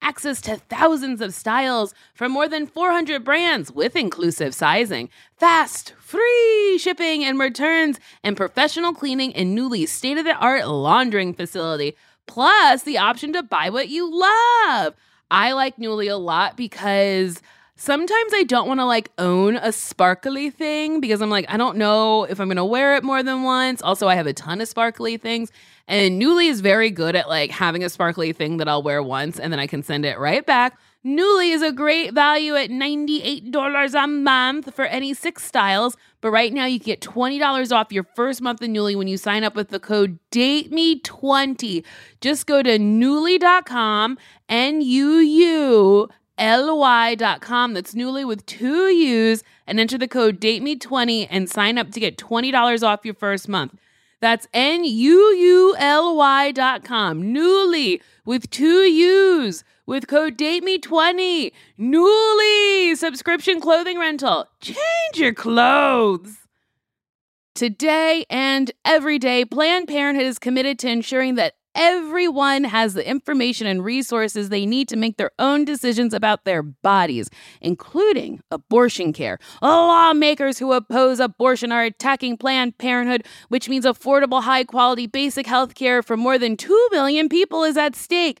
A: access to thousands of styles from more than 400 brands with inclusive sizing, fast, free shipping and returns, and professional cleaning in newly state of the art laundering facility, plus the option to buy what you love. I like Newly a lot because sometimes I don't want to like own a sparkly thing because I'm like, I don't know if I'm going to wear it more than once. Also, I have a ton of sparkly things. And Newly is very good at like having a sparkly thing that I'll wear once and then I can send it right back. Newly is a great value at $98 a month for any six styles. But right now, you can get $20 off your first month of Newly when you sign up with the code DATEME20. Just go to newly.com, N U U ly.com. That's newly with two U's and enter the code DATEME20 and sign up to get $20 off your first month. That's N U U L Y.com. Newly with two U's with code DATEME20. Newly subscription clothing rental. Change your clothes. Today and every day, Planned Parenthood is committed to ensuring that everyone has the information and resources they need to make their own decisions about their bodies, including abortion care. Lawmakers who oppose abortion are attacking Planned Parenthood, which means affordable, high quality, basic health care for more than 2 million people is at stake.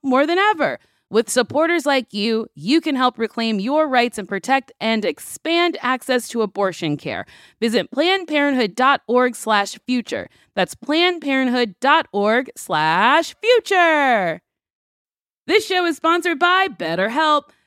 A: more than ever. With supporters like you, you can help reclaim your rights and protect and expand access to abortion care. Visit plannedparenthood.org/future. That's plannedparenthood.org/future. This show is sponsored by BetterHelp.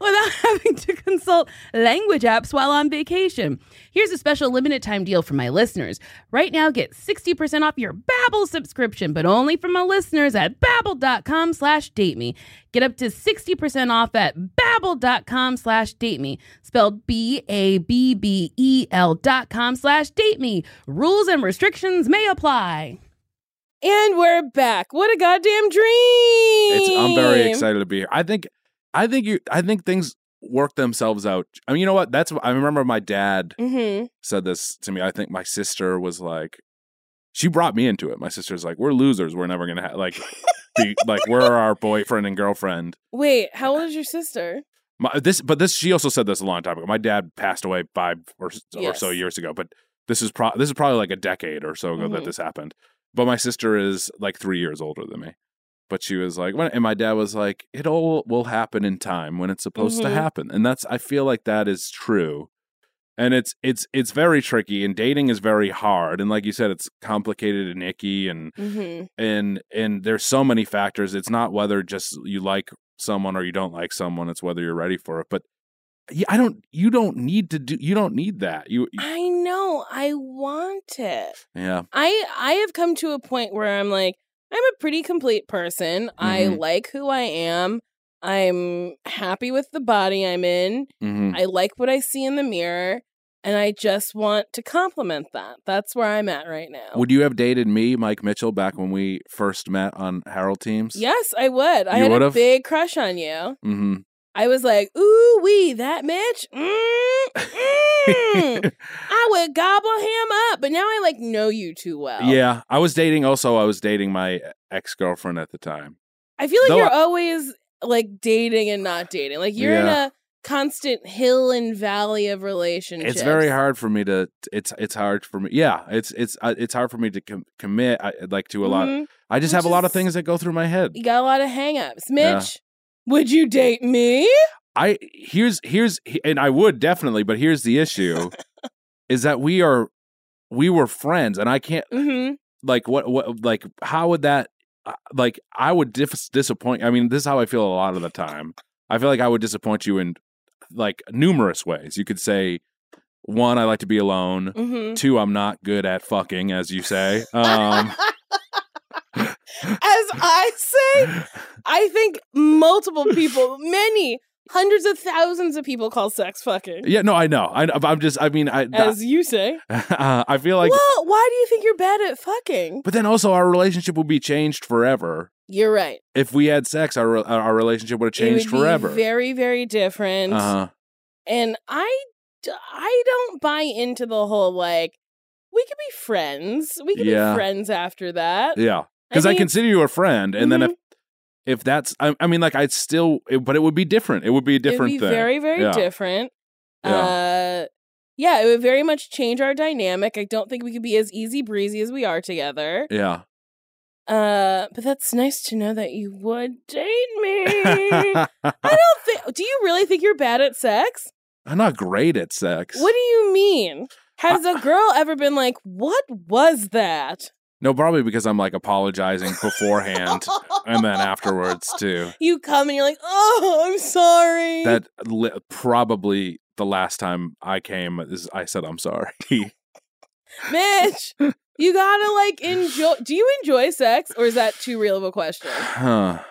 A: without [laughs] having to consult language apps while on vacation. Here's a special limited time deal for my listeners. Right now, get 60% off your Babbel subscription, but only for my listeners at babbel.com slash date me. Get up to 60% off at babbel.com slash date me, spelled B-A-B-B-E-L E dot com slash date me. Rules and restrictions may apply.
D: And we're back. What a goddamn dream!
B: It's, I'm very excited to be here. I think, I think you, I think things work themselves out. I mean, you know what? That's what- I remember my dad
D: Mm-hmm.
B: said this to me. I think my sister was like, she brought me into it. My sister's like, we're losers. We're never gonna have like, be, like we're our boyfriend and girlfriend.
D: Wait, how old is your sister?
B: My, this, but this, she also said this a long time ago. My dad passed away five or, s- or so
D: Yes.
B: years ago, but this is pro- this is probably like a decade or so ago that
D: Mhm.
B: this happened. But my sister is like three years older than me. But she was like, when, and my dad was like, it all will happen in time when it's supposed
D: Mhm.
B: to happen, and that's I feel like that is true. And it's it's it's very tricky, and dating is very hard, and like you said, it's complicated and icky, and
D: Mm-hmm.
B: and and there's so many factors it's not whether just you like someone or you don't like someone it's whether you're ready for it but yeah, i don't you don't need to do you don't need that you you-
D: I know. I want it.
B: yeah
D: I I have come to a point where I'm like, I'm a pretty complete person. I
B: Mhm.
D: like who I am. I'm happy with the body I'm in.
B: hmm
D: I like what I see in the mirror, and I just want to compliment that. That's where I'm at right
A: Oh.
D: now.
B: would you have dated me mike mitchell back when we first met on harold teams
D: yes, I would. I
B: You
D: had a
B: would've?
D: big crush on you.
B: mm-hmm
D: I was like, ooh wee, that Mitch.
B: [laughs]
D: Mm, mm.
A: Oh.
D: I would gobble him up, but now I like know you too well.
B: yeah i was dating also i was dating my ex-girlfriend at the time
D: I feel like
B: Though
D: you're
B: I-
D: always like dating and not dating. Like you're in
B: Yeah.
D: a
A: constant hill and valley of relationships.
B: It's very hard for me to. It's it's hard for me. Yeah, it's it's uh, it's hard for me to com- commit I, like to a lot.
A: Mhm.
B: I just
A: Which
B: have a lot of
A: is-
B: things that go through my head.
A: You got a lot of hangups. Mitch,
B: Yeah.
A: would you date me?
B: I here's here's and I would definitely, but here's the issue, is that we are we were friends, and I can't
A: Mm-hmm.
B: like what what like how would that uh, like I would dis- disappoint. I mean, this is how I feel a lot of the time. I feel like I would disappoint you in like numerous ways. You could say one, I like to be alone. [laughs]
A: Mm-hmm.
B: Two, I'm not good at fucking, as you
A: [laughs]
B: say. Um,
A: As I say,
B: Um,
A: I think multiple people, many hundreds of thousands of people call sex fucking.
B: yeah, no, I know. I, I'm just. I mean, I.
A: As you say.
B: uh, [laughs] I feel like.
A: well, why do you think you're bad at fucking?
B: But then also, our relationship would be changed forever.
A: You're right.
B: If we had sex, our re- our relationship would have
A: It would
B: changed
A: be
B: forever.
A: very, very different.
B: uh-huh.
A: And I, d- I don't buy into the whole like, we could be friends. We could
B: Yeah.
A: be friends after that.
B: Yeah, because I,
A: think Mm-hmm.
B: consider you a friend, and then if if that's, I, I mean, like I'd still, it, but it would be different. It would be a different
A: it would be
B: thing.
A: very very
B: Yeah.
A: different
B: Yeah.
A: uh yeah it would very much change our dynamic i don't think we could be as easy breezy as we are together [laughs]
B: yeah. [laughs]
A: uh but that's nice to know that you would date me
B: [laughs]
A: i don't think do you really think you're bad at sex
B: I'm not great at sex.
A: what do you mean has a girl ever been like what was that
B: No, probably because I'm like apologizing
A: [laughs]
B: beforehand and then afterwards too.
A: you come and you're like oh i'm sorry
B: That li- probably the last time I came is I said I'm
A: [laughs]
B: sorry.
A: mitch you gotta like enjoy
B: [sighs]
A: do you enjoy sex or is that too real of a question [laughs]
B: Huh.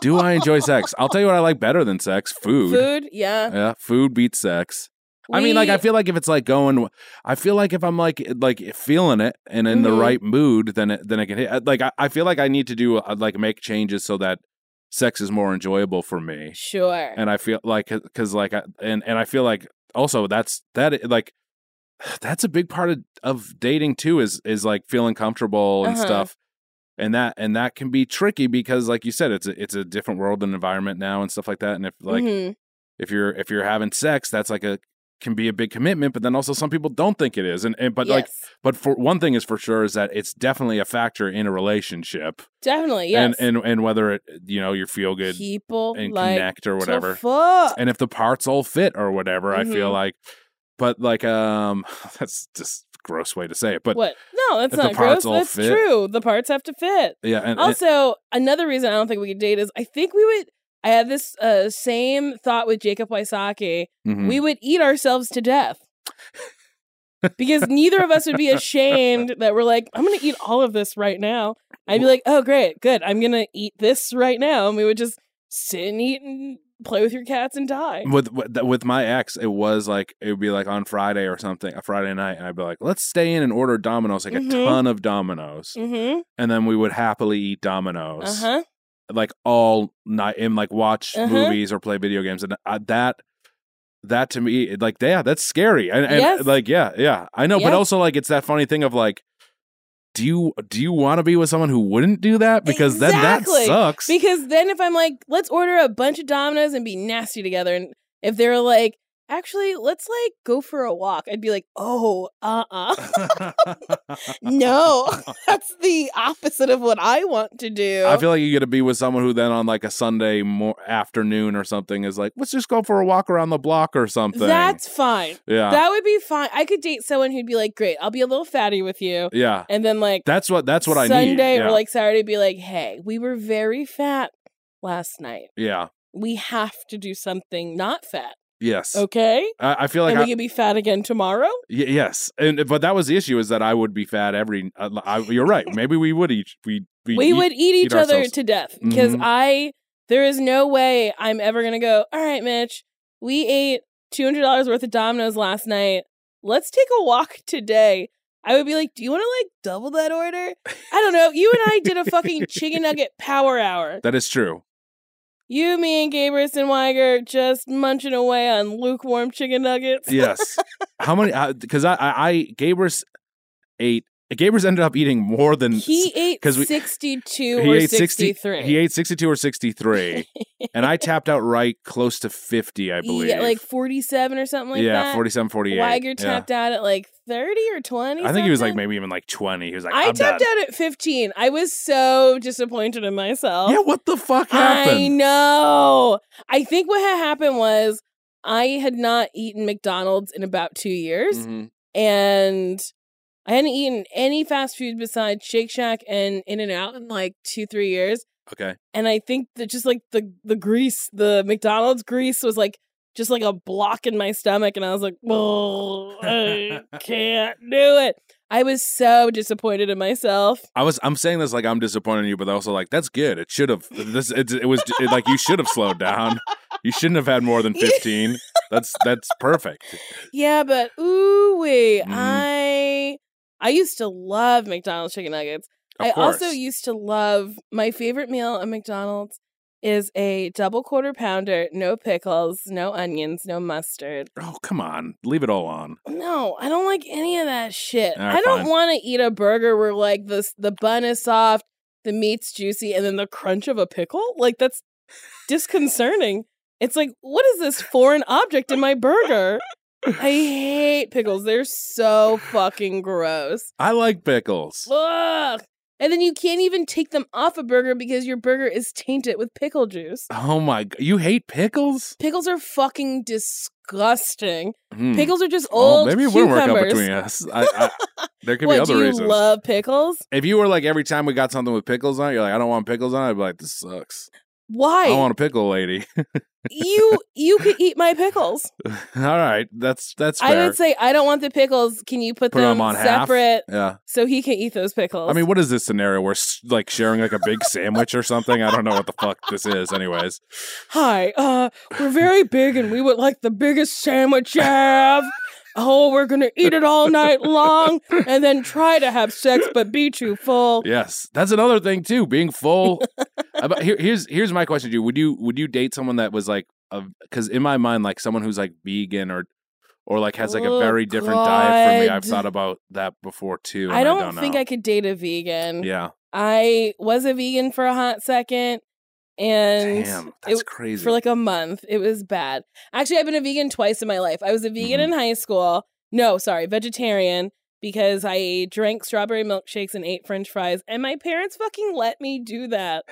B: Do I enjoy sex? I'll tell you what I like better than sex: food.
A: Food, yeah.
B: Yeah, food beats sex. I mean, like I
A: We-
B: feel like if it's like going, I feel like if I'm like eh, like feeling it and in the
A: Mhm.
B: right mood, then it, then I can hit. uh, Like I, I feel like I need to do uh, like make changes so that sex is more enjoyable for me.
A: sure.
B: And I feel like because like I and and I feel like also that's that i- like [sighs] that's a big part of of dating too is is like feeling comfortable and
A: Uh-huh.
B: stuff. And that and that can be tricky because, like you said, it's a, it's a different world and environment now and stuff like that. And if like
A: Mhm.
B: if you're if you're having sex that's like a can be a big commitment but then also some people don't think it is and, and but like
A: Yes.
B: but for one thing is for sure is that it's definitely a factor in a relationship
A: definitely, yes.
B: and and and whether it you know you feel good
A: people
B: and
A: like
B: connect or
A: to
B: whatever
A: fuck.
B: and if the parts all fit or whatever i feel
A: Mhm.
B: like but like um [laughs] that's just a gross way to say it but
A: what? No, that's
B: if the
A: not
B: parts
A: gross.
B: all
A: That's
B: fit-
A: true. The parts have to fit.
B: yeah and, and-
A: Also, another reason I don't think we could date is I think we would. I had this uh, same thought with Jacob Waisaki.
B: mhm.
A: We would eat ourselves to death.
B: [laughs]
A: because neither of us would be ashamed that we're like, I'm going to eat all of this right now. I'd be like, oh, great, good. I'm going to eat this right now. And we would just sit and eat and play with your cats and die.
B: with with th- with my ex, it was like it would be like on Friday or something, a Friday night, and I'd be like, "Let's stay in and order Domino's, like
A: Mhm.
B: a ton of Domino's,
A: Mm-hmm.
B: and then we would happily eat Domino's,
A: Uh huh.
B: like all night, and like watch
A: Uh-huh.
B: movies or play video games, and I, that that to me, it- like, yeah, that's scary, and, and
A: Yes.
B: like, yeah, yeah, I know, but
A: Yeah.
B: also like, it's that funny thing of like. Do you do you want to be with someone who wouldn't do that? Because
A: Exactly.
B: then that sucks.
A: Because then if I'm like, let's order a bunch of Dominoes and be nasty together, and if they're like, actually, let's like go for a walk, I'd be like, oh, uh uh
B: [laughs]
A: No. [laughs] That's the opposite of what I want to do.
B: [laughs] I feel like you got to be with someone who then on like a Sunday mor- afternoon or something is like, let's just go for a walk around the block or something.
A: That's fine.
B: yeah,
A: That would be fine. I could date someone who'd be like, "Great, I'll be a little fatty with you,"
B: yeah.
A: and then like
B: That's what that's what
A: Sunday
B: I need. Yeah.
A: or like Saturday, be like, "Hey, we were very fat last night.
B: yeah,
A: We have to do something not fat,
B: yes.
A: okay?
B: I, I feel like
A: and
B: I,
A: we could be fat again tomorrow."
B: y- yes, and but that was the issue is that I would be fat every. Uh, I,
A: [laughs]
B: you're right. Maybe we would each we we,
A: we
B: eat-
A: would eat each
B: eat
A: other
B: ourselves.
A: to death because
B: Mhm.
A: I there is no way I'm ever gonna go. All right, Mitch, we ate two hundred dollars worth of Domino's last night. Let's take a walk today. I would be like, do you want to like double that order? I don't know. You and I did a fucking
B: [laughs]
A: chicken nugget power hour.
B: [laughs] That is true.
A: You, me, and Gabrus and Weiger just munching away on [laughs] lukewarm chicken nuggets.
B: uh, Yes. How many? Because I I, I Gabrus ate Gabr's ended up eating more than
A: He ate
B: 'cause we-
A: 62
B: he
A: or
B: ate 60
A: 63. [laughs]
B: he ate 62 or 63 and i tapped out right close to 50 i
A: [laughs]
B: believe
A: Yeah, like 47 or something like
B: yeah
A: that.
B: 47 48
A: Weiger
B: yeah.
A: tapped out at like 30 or 20.
B: i think he was like
A: something.
B: maybe even like 20 he was like
A: I
B: am
A: tapped out at 15. I was so disappointed in myself.
B: yeah what the fuck
A: I
B: happened
A: know. I think what had happened was I had not eaten McDonald's in about two years,
B: Mhm.
A: and I hadn't eaten any fast food besides Shake Shack and In and Out in like two, three years.
B: okay
A: And I think that just like the the grease, the McDonald's grease was like just like a block in my stomach, and I was like, "Oh,
B: [laughs]
A: I can't do it." I was so disappointed in myself.
B: i was i'm saying this like i'm disappointed in you but also like that's good it should have this it, it was it, like you should have slowed down you shouldn't have
A: [laughs]
B: had more than 15 that's that's perfect
A: Yeah, but ooh wee,
B: Mhm.
A: I I used to love McDonald's chicken nuggets.
B: of
A: I
B: course
A: also used to love my favorite meal at McDonald's is a double quarter pounder, no pickles, no onions, no mustard.
B: oh come on leave it all on
A: No, I don't like any of that shit.
B: All
A: I
B: right,
A: don't
B: fine.
A: want to eat a burger where like the s- the bun is soft, the meat's juicy, and then the crunch of a pickle. Like that's disconcerting. It's like what is this foreign object in my burger? I hate pickles. They're so fucking gross.
B: i like pickles
A: Ugh. And then you can't even take them off a burger because your burger is tainted with pickle juice.
B: oh my g- you hate pickles
A: Pickles are fucking disgusting.
B: Hmm.
A: Pickles are just
B: Well,
A: old
B: maybe it
A: cucumbers.
B: wouldn't work out between us. I, I,
A: [laughs]
B: there could
A: what,
B: be other
A: do you
B: reasons.
A: love pickles?
B: if you were like every time we got something with pickles on it, you're like, I don't want pickles on it. I'd be like, this sucks. I
A: Why?
B: [laughs] don't want a pickle, lady.
A: you you could eat my
B: [laughs]
A: pickles.
B: All right, that's that's fair.
A: I would say I don't want the pickles. Can you put,
B: Put 'em on half?
A: separate
B: yeah.
A: so he can eat those pickles?
B: I mean, what is this scenario? We're s- like sharing like a big sandwich or something. I don't know what the fuck this
A: [laughs]
B: is. Anyways,
A: hi, uh, we're very big and we would like the biggest sandwich you have. Oh, we're gonna eat it all night
B: [laughs]
A: long and then try to have sex but be too full.
B: yes, that's another thing too. Being full.
A: [laughs]
B: About, here, here's here's my question to you. Would you would you date someone that was like because in my mind like someone who's like vegan or or like has like a
A: Oh,
B: very different diet from me. I've
A: God.
B: thought about that before too. and
A: I don't, think
B: know.
A: I could date a vegan.
B: Yeah.
A: I was a vegan for a hot second, and
B: Damn,
A: it,
B: that's crazy.
A: for like a month. It was bad. Actually, I've been a vegan twice in my life. I was a vegan
B: Mm-hmm.
A: in high school. No, sorry, vegetarian because I drank strawberry milkshakes and ate french fries and my parents fucking let me do that.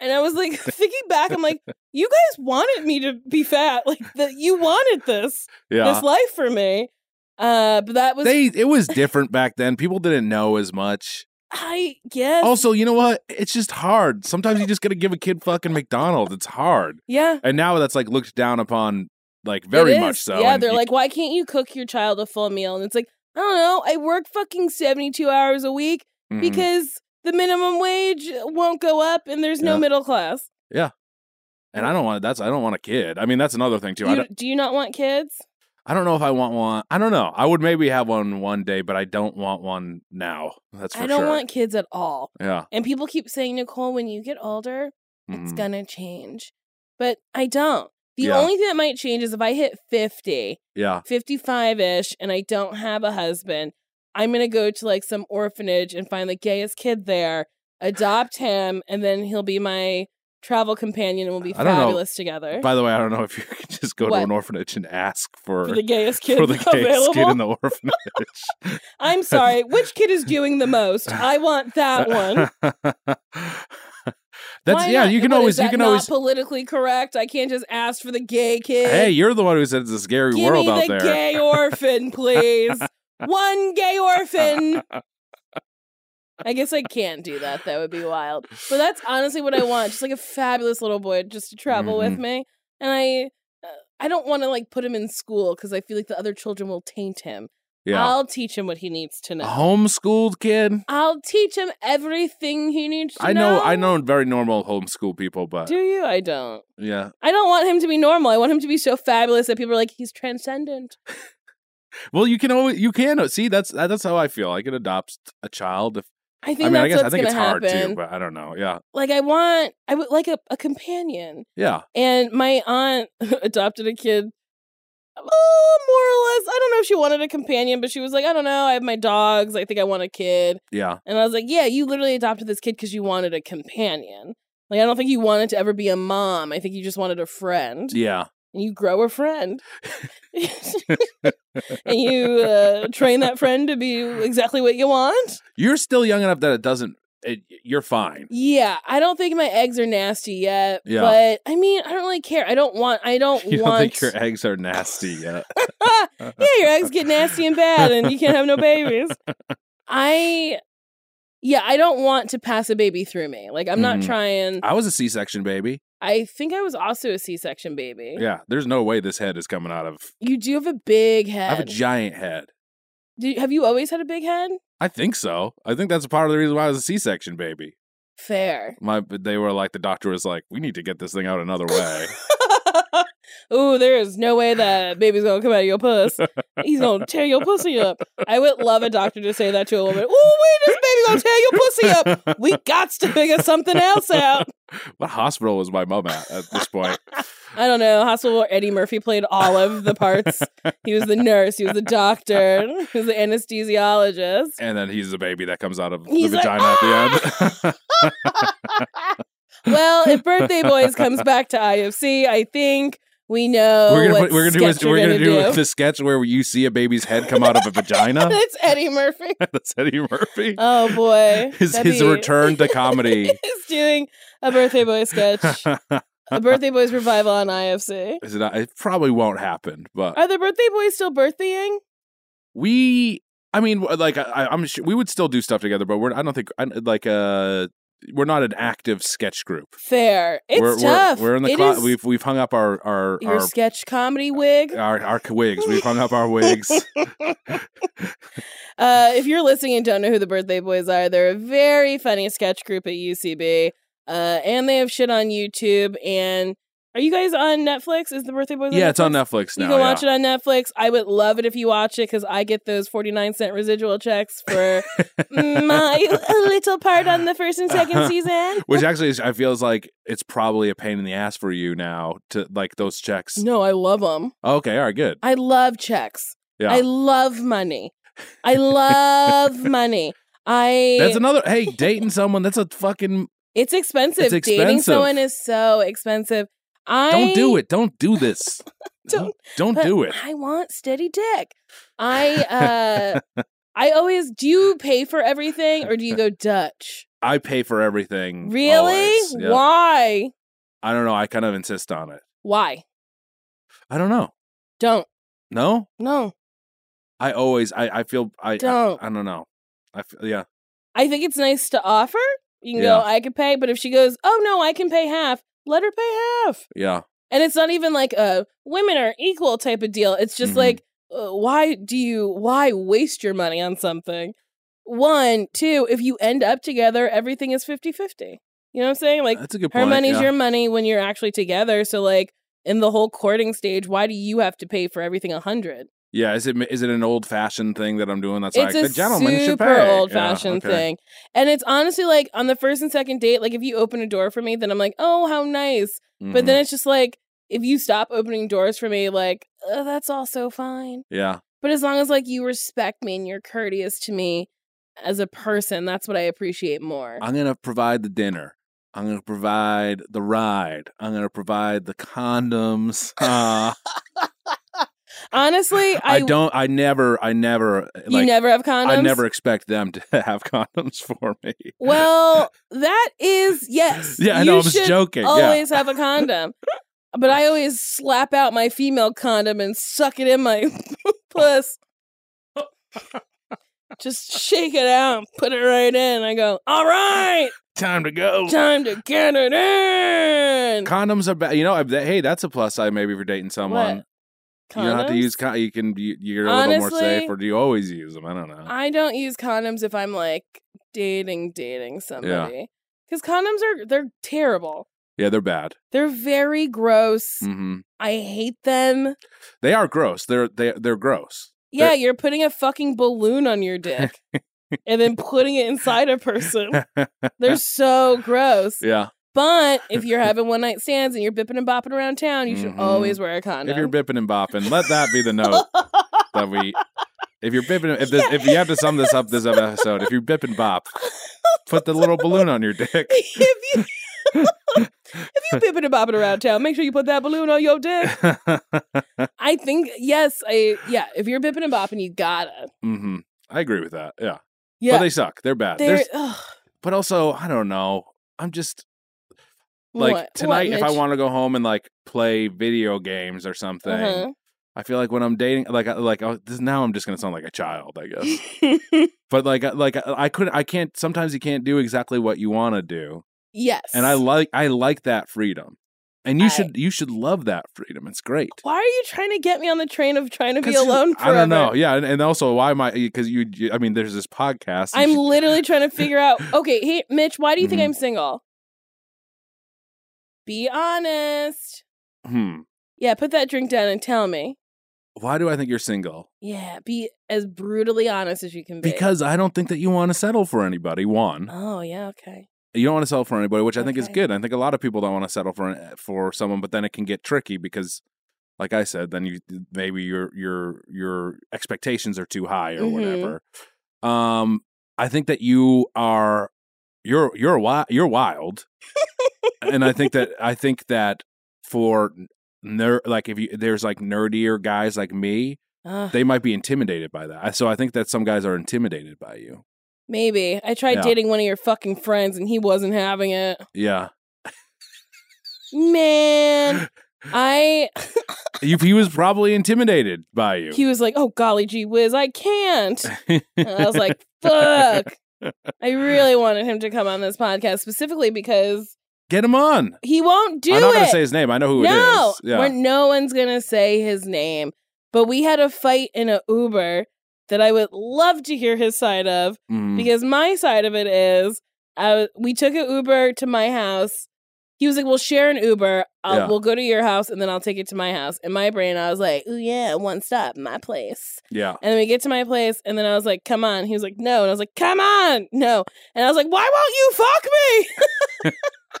A: And I was like [laughs] thinking back, I'm
B: [laughs]
A: like, you guys wanted me to be fat. [laughs] Like that you wanted this.
B: yeah.
A: This life for me. Uh but that was
B: they it was different back then. People didn't know as much.
A: I guess
B: Also, you know what? It's just hard. Sometimes you just gotta give a kid fucking McDonald's. It's hard.
A: Yeah.
B: And now that's like looked down upon like very
A: It
B: much
A: is.
B: so.
A: Yeah,
B: and
A: they're
B: you-
A: like, why can't you cook your child a full meal? And it's like, I don't know. I work fucking 72 hours a week.
B: mhm.
A: because the minimum wage won't go up and there's no
B: Yeah.
A: middle class.
B: and I don't want that's I don't want a kid. I mean that's another thing too.
A: You-
B: I
A: do,
B: don't,
A: you not want kids?
B: I don't know if I want one. I don't know. I would maybe have one one day, but I don't want one now. That's for
A: I don't
B: sure.
A: want kids at all.
B: yeah.
A: And people keep saying, Nicole, when you get older, it's
B: Mhm.
A: gonna change. But I don't. The
B: Yeah.
A: only thing that might change is if I hit 50,
B: yeah.
A: 55 ish, and I don't have a husband, I'm gonna go to like some orphanage and find the gayest kid there, adopt him, and then he'll be my travel companion and we'll be
B: I don't know.
A: fabulous together.
B: By the way, I don't know if you [laughs] could just go
A: What?
B: to an orphanage and ask for,
A: for the gayest kid
B: [laughs] for the gayest
A: [laughs] available.
B: kid in the
A: [laughs]
B: orphanage.
A: I'm sorry. Which kid is doing the most? I want that one.
B: Uh, [laughs] That's
A: Why
B: yeah.
A: not?
B: You can
A: What,
B: always
A: Is
B: you
A: that
B: can
A: not
B: always.
A: politically correct. I can't just ask for the gay kid.
B: Hey, you're the one who said it's a scary
A: give
B: world
A: me
B: out
A: the
B: there.
A: gay orphan, please. one gay orphan. I guess I can't do that. That would be wild. But that's honestly what I want. Just like a fabulous little boy, just to travel with
B: Mhm.
A: me. And I, uh, I don't want to like put him in school because I feel like the other children will taint him.
B: yeah,
A: I'll teach him what he needs to know.
B: a homeschooled kid.
A: I'll teach him everything he needs to
B: I know, I know, very normal homeschool people, but
A: Do you? I don't.
B: yeah,
A: I don't want him to be normal. I want him to be so fabulous that people are like, he's transcendent.
B: well, you can always you can see that's that's how I feel. I can adopt a child. If
A: I
B: I
A: think
B: mean,
A: that's
B: I guess I
A: what's
B: think
A: gonna
B: it's hard
A: happen.
B: too, but I don't know. Yeah,
A: like I want, I would like a, a companion.
B: yeah.
A: [laughs] And my aunt adopted a kid Uh, more or less. I don't know if she wanted a companion, but she was like, I don't know. I have my dogs. I think I want a kid.
B: Yeah.
A: And I was like, Yeah, you literally adopted this kid because you wanted a companion. Like, I don't think you wanted to ever be a mom. I think you just wanted a friend.
B: Yeah.
A: And you grow a
B: [laughs]
A: friend. and you uh, train that friend to be exactly what you want.
B: You're still young enough that it doesn't, it, you're fine.
A: Yeah, I don't think my eggs are nasty yet.
B: Yeah.
A: But I mean, I don't really care. I don't want. I don't
B: [laughs] You don't
A: want.
B: think your eggs are nasty
A: [laughs]
B: yet.
A: yeah, your eggs get nasty and bad, and you can't have no babies. I. Yeah, I don't want to pass a baby through me. Like I'm not
B: Mhm.
A: trying.
B: I was a C section baby.
A: I think I was also a C-section baby.
B: Yeah. There's no way this head is coming out of.
A: You do have a big
B: I
A: head.
B: have a giant head.
A: Do you- have you always had a big head?
B: I think so. I think that's part of the reason why I was a C section baby.
A: Fair.
B: My They were like, the doctor was like, we need to get this thing out another
A: [laughs]
B: way.
A: Ooh, there is no way that baby's gonna come out of your puss. He's
B: [laughs]
A: gonna tear your pussy up. I would love a doctor to say that to a woman. Ooh, wait, this baby gonna tear your pussy up. We got to figure something else out.
B: what hospital was my mom at at this
A: [laughs]
B: point?
A: I don't know. Hospital where Eddie Murphy played all of the parts. He was the nurse. He was the doctor. He was the anesthesiologist. [laughs]
B: and then he's the baby that comes out of
A: He's
B: the
A: like, "Ah!"
B: vagina at the end.
A: Well, if Birthday Boys comes back to IFC, I think we know
B: [laughs] we're gonna
A: Oh, what
B: put, we're gonna do
A: sketch
B: is, we're
A: [laughs]
B: gonna, do,
A: do.
B: the sketch where you see a baby's head come out of a vagina.
A: [laughs]
B: [laughs]
A: It's Eddie Murphy.
B: That's Eddie Murphy.
A: Oh boy,
B: [laughs] his
A: That'd
B: his
A: be- [laughs]
B: return to comedy.
A: is doing a birthday boy sketch, a birthday boys revival on IFC.
B: [laughs] Is it, not- it probably won't happen, but
A: Are the birthday boys still birthdaying?
B: we. I mean, like I, I'm sure we would still do stuff together, but we're. I don't think I, like uh, we're not an active sketch group.
A: Fair. It's
B: we're,
A: tough.
B: We're, we're in the
A: It
B: clo-
A: is
B: we've we've hung up our our
A: your
B: our,
A: sketch comedy wig. [laughs]
B: our our wigs. We've hung up our wigs.
A: Uh, if you're listening and don't know who the birthday boys are, they're a very funny sketch group at UCB, uh, and they have shit on YouTube. And are you guys on Netflix? Is the birthday boys?
B: yeah, it's on
A: Netflix.
B: Netflix now.
A: you can
B: yeah.
A: watch it on Netflix. I would love it if you watch it because I get those 49 cent residual
B: [laughs]
A: checks for my little part on the first and
B: [laughs]
A: second season.
B: Which actually, is, I feels like it's probably a pain in the ass for you now to like those checks.
A: No, I love them.
B: Okay, all right, good.
A: I love checks.
B: Yeah.
A: I love money. I
B: [laughs]
A: love money. I
B: That's another.
A: [laughs]
B: Hey, dating someone—that's a fucking.
A: it's expensive.
B: It's
A: Dating
B: expensive.
A: someone is so expensive. I
B: Don't do it. Don't do this.
A: [laughs] Don't-
B: Don't
A: but
B: do it.
A: I want steady dick. I
B: [laughs]
A: uh I always do you pay for everything or do you go Dutch?
B: I pay for everything.
A: Really?
B: always. Yeah.
A: Why?
B: I don't know. I kind of insist on it.
A: Why?
B: I don't know.
A: Don't.
B: No,
A: No.
B: I always. I. I feel. I.
A: Don't.
B: I, I don't know. I. f- Yeah.
A: I think it's nice to offer. You can
B: Yeah.
A: go, I can pay, but if she goes, Oh no, I can pay half, let her pay half.
B: Yeah.
A: And it's not even like a women are equal type of deal. It's just
B: Mhm.
A: like, uh, why do you, why waste your money on something? One, two, if you end up together, everything is 50 50. You know what I'm saying? Like,
B: That's a good
A: her
B: point.
A: money's
B: yeah.
A: your money when you're actually together. So, like, in the whole courting stage, why do you have to pay for everything a 100?
B: Yeah. Is it? Is it an old-fashioned thing that I'm doing? That's
A: it's
B: like
A: a
B: the gentleman should
A: super
B: pay. Yeah,
A: old fashioned
B: okay.
A: thing. And it's honestly like on the first and second date, like if you open a door for me, then I'm like, oh, how nice. But
B: Mhm.
A: then it's just like, if you stop opening doors for me, like, uh, that's also fine.
B: Yeah.
A: But as long as like you respect me and you're courteous to me as a person, that's what I appreciate more.
B: I'm going to provide the dinner. I'm going to provide the ride. I'm going to provide the condoms.
A: [laughs]
B: Uh,
A: honestly,
B: [laughs] I,
A: I,
B: don't, I never, I never,
A: you
B: like,
A: never have condoms.
B: I never expect them to [laughs] have condoms for me.
A: Well, that is yes.
B: [laughs] yeah, I
A: you
B: know. I'm
A: should
B: just [laughs] joking.
A: always have a condom. But I always slap out my female condom and suck it in my [laughs] puss. Just shake it out, put it right in. I go, all right,
B: yeah. Time to go.
A: time to get it in.
B: Condoms are bad. You know, I, that- hey, that's a plus side maybe for dating someone. You don't have to
A: Condoms?
B: use, con- you can, you, you're a little more
A: Honestly,
B: safe, or do you always use them? I don't know.
A: I don't use condoms if I'm like dating, dating somebody. Because condoms are, they're terrible.
B: yeah, they're bad.
A: They're very gross.
B: hmm
A: I hate them.
B: They are gross. They're, they, they're gross. [laughs]
A: Yeah,
B: They're-
A: you're putting a fucking balloon on your dick and then putting it inside a person. They're so gross.
B: yeah.
A: But if you're having one night stands and you're bipping and bopping around town, you should
B: Mhm.
A: always wear a condom. [laughs] Oh,
B: If you're bipping and bopping, let that be the note that we. If you're bipping, if this, if you have to sum this up this episode, if you're bipping bop, put the little balloon on
A: [laughs]
B: your dick.
A: if you if you bipping and bopping around town, make sure you put that balloon on your dick. I think yes, I yeah. If you're bipping and bopping, you gotta
B: hmm I agree with that. Yeah.
A: yeah.
B: But they suck. They're bad.
A: They're-
B: There's-
A: ugh,
B: But also, I don't know. I'm just like
A: what- what,
B: tonight. if I
A: Mitch?
B: want to go home and like play video games or something,
A: Uh-huh.
B: I feel like when I'm dating, like I- like oh, this, now I'm just gonna sound like a child, I guess.
A: Uh-huh.
B: but like I- like I- I couldn't, I can't. Sometimes you can't do exactly what you want to do.
A: [laughs] yes,
B: and I like I like that freedom. And you
A: I-
B: should you should love that freedom. It's great.
A: Why are you trying to get me on the train of trying to be
B: 'Cause you-
A: alone
B: I
A: forever?
B: don't know. Yeah, and, and also why am I? Because you, you- I mean, there's this podcast. you
A: I'm
B: [laughs] should-
A: literally trying to figure
B: [laughs]
A: out. Okay, hey, Mitch, why do you think
B: Mhm.
A: I'm single? Be honest.
B: hmm,
A: Yeah, put that drink down and tell me.
B: why do I think you're single?
A: Yeah, be as brutally honest as you can be.
B: Because I don't think that you want to settle for anybody. One,
A: oh yeah, okay.
B: you don't want to settle for anybody, which I think is
A: Okay.
B: good. I think a lot of people don't want to settle for for someone, but then it can get tricky because, like I said, then you maybe your your your expectations are too high or
A: Mhm.
B: whatever. Um, I think that you are you're you're wild you're wild, and I think that I think that for ner like if you there's like nerdier guys like me,
A: Ugh,
B: they might be intimidated by that. I- So I think that some guys are intimidated by you.
A: maybe I tried
B: Yeah.
A: dating one of your fucking friends and he wasn't having it.
B: Yeah, [laughs]
A: Man, I
B: he, he was probably intimidated by you.
A: he was like, "Oh golly gee whiz, I can't." [laughs] And I was like, "Fuck." I
B: [laughs]
A: really wanted him to come on this podcast specifically because
B: Get him on.
A: He won't do
B: I'm not gonna
A: it.
B: say his name. I know who
A: no,
B: it is. Yeah.
A: We're- no one's gonna say his name. But we had a fight in a Uber that I would love to hear his side of
B: Mhm.
A: because my side of it is, I was, we took an Uber to my house. He was like, "We'll share an Uber. I'll,
B: Yeah.
A: We'll go to your house, and then I'll take it to my house." In my brain, I was like, "Oh yeah, one stop, my place."
B: yeah.
A: And then we get to my place, and then I was like, "Come on." He was like, "No," and I was like, "Come on, no." And I was like, "Why won't you fuck me?" [laughs]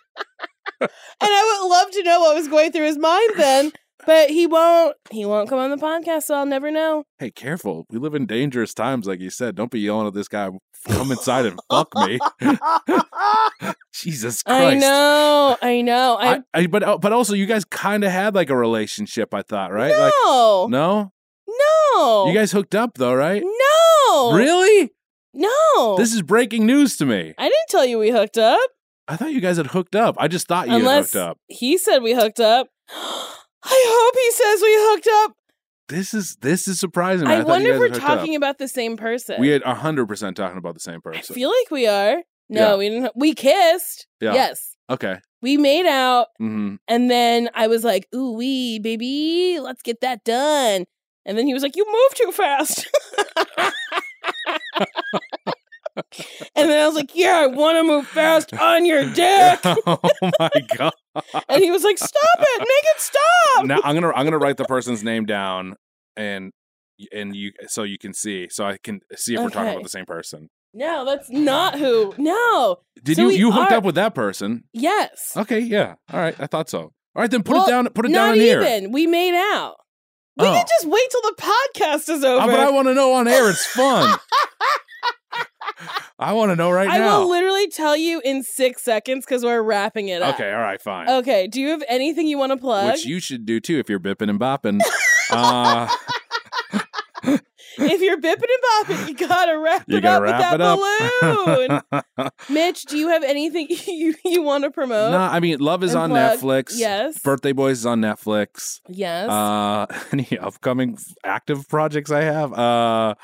A: and I would love to know what was going through his mind then, but he won't. He won't come on the podcast, so I'll never know.
B: Hey, careful. We live in dangerous times, like you said. Don't be yelling at this guy. Come inside and fuck
A: [laughs]
B: me. [laughs] Jesus
A: I
B: Christ.
A: know. I know. I,
B: I, I- but but also, you guys kind of had like a relationship. I thought, right? Like,
A: no.
B: no,
A: no.
B: you guys hooked up though, right?
A: No.
B: Really?
A: No.
B: This is breaking news to me.
A: I didn't tell you we hooked up.
B: I thought you guys had hooked up. I just thought you
A: Unless-
B: had hooked up.
A: He said we hooked up. [gasps] I hope he says we hooked up.
B: This is this is surprising.
A: I,
B: thought you
A: wonder if
B: guys
A: we're
B: had hooked up.
A: talking about the same person.
B: We had hundred percent talking about the same
A: I
B: person.
A: feel like we are. No,
B: Yeah.
A: we didn't. We kissed.
B: Yeah.
A: Yes,
B: okay.
A: we made out,
B: hmm
A: and then I was like, "Ooh wee, baby, let's get that done." And then he was like, "You move too fast." [laughs] and then I was like, "Yeah, I want to move fast
B: [laughs]
A: on your dick."
B: oh
A: [laughs]
B: my god.
A: And he was like, "Stop it! Make it stop!"
B: now I'm gonna I'm gonna write the person's name down and and you so you can see so I can see if we're talking
A: Okay.
B: about the same person.
A: No, that's not who. No.
B: Did
A: So
B: you
A: we
B: you hooked
A: are-
B: up with that person?
A: Yes.
B: Okay, yeah. All right, I thought so. All right, then put
A: Well,
B: it down. Put it
A: Not
B: down in here.
A: even. We made out. We
B: Oh.
A: can just wait till the podcast is over.
B: Uh, but I want to know on air. It's
A: [laughs]
B: fun. I want to know right
A: I will
B: now.
A: literally tell you in six seconds because we're wrapping it up. Oh,
B: Okay, all right, fine.
A: Okay. Do you have anything you want to plug?
B: Which you should do too if you're bipping
A: [laughs]
B: and bopping. uh,
A: if you're bipping and bopping, you gotta wrap
B: you
A: it up
B: gotta wrap
A: with
B: it
A: that
B: [laughs]
A: balloon.
B: up.
A: Mitch, do you have anything [laughs] you, you want to promote?
B: no, I mean, Love is
A: and
B: on
A: plug.
B: Netflix.
A: Yes.
B: Birthday Boys is on Netflix.
A: yes.
B: Uh, [laughs] any upcoming f- active projects I have? Uh,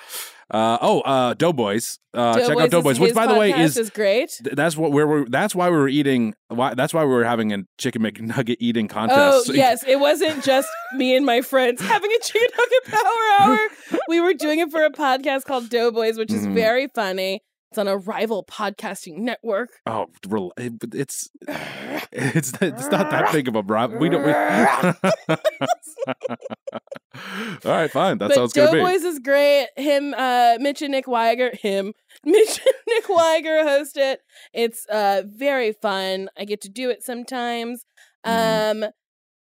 B: uh, oh, uh, Doughboys. Uh, check out
A: is
B: Doughboys, which
A: his
B: by the way
A: podcast
B: is.
A: is great.
B: th- that's what we're, we're. That's why we were eating. Why that's why we were having a chicken McNugget eating contest.
A: Oh
B: So-
A: yes, it wasn't just me and my friends having a chicken nugget power hour. We were doing it for a podcast called Doughboys, which is
B: Mhm.
A: very funny. It's on a rival podcasting network.
B: [sighs]
A: [laughs]
B: Oh, rel- it- but it's it's it's not that big of a problem. We [laughs] don't. We- All right, fine. That's how
A: but
B: it's gonna be.
A: Doughboys is great. Him, uh, Mitch and Nick Weiger, him, [laughs] Mitch and Nick Weiger host it. It's uh, very fun. I get to do it sometimes. Um,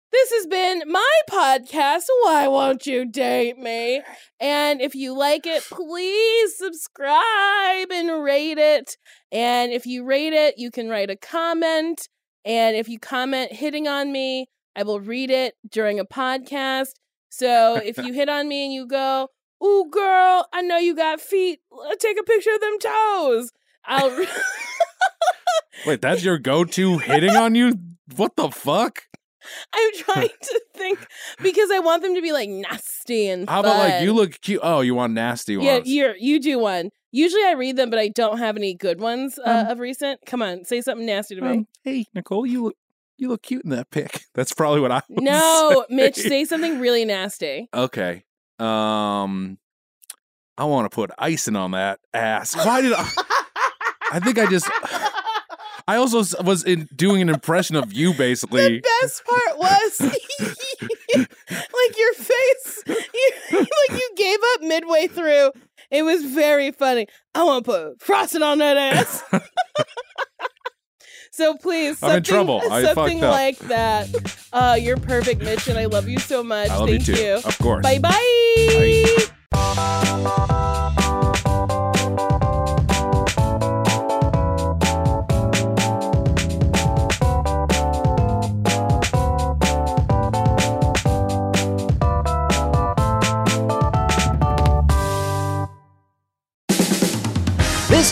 A: this has been my podcast. Why won't you date me? And if you like it, please subscribe and rate it. And if you rate it, you can write a comment. And if you comment hitting on me, I will read it during a podcast. So if you hit on me and you go, "Ooh, girl, I know you got feet. L- Take a picture of them toes." I'll [laughs] re-
B: Wait, that's your go-to hitting on you? What
A: [laughs]
B: the fuck?
A: I'm
B: [laughs]
A: trying to think because I want them to be like nasty and
B: How about like
A: fun.
B: you look cute? Oh, you want nasty
A: Yeah,
B: ones?
A: you you do one. Usually I read them, but I don't have any good ones uh,
B: Um,
A: of recent. Come on, say something nasty to me.
B: Um, [laughs] hey, Nicole, you look you look cute in that pic. [laughs] That's probably what I. would
A: no, Mitch,
B: say.
A: say something really
B: [laughs]
A: nasty.
B: Okay. Um, I want to put icing on that ass. Why did I? I think I just. I also s- was in doing an impression of
A: [laughs]
B: you, basically.
A: best part was [laughs] like your face, [laughs] like you gave up midway through. It was very funny. I want to put frosting on that
B: [laughs]
A: ass. so please,
B: I'm
A: something,
B: in trouble. I fucked
A: something
B: up.
A: like that. Uh, you're perfect, Mitch, and I love you so much.
B: I love
A: Thank
B: you too. Of course.
A: Bye bye.
E: This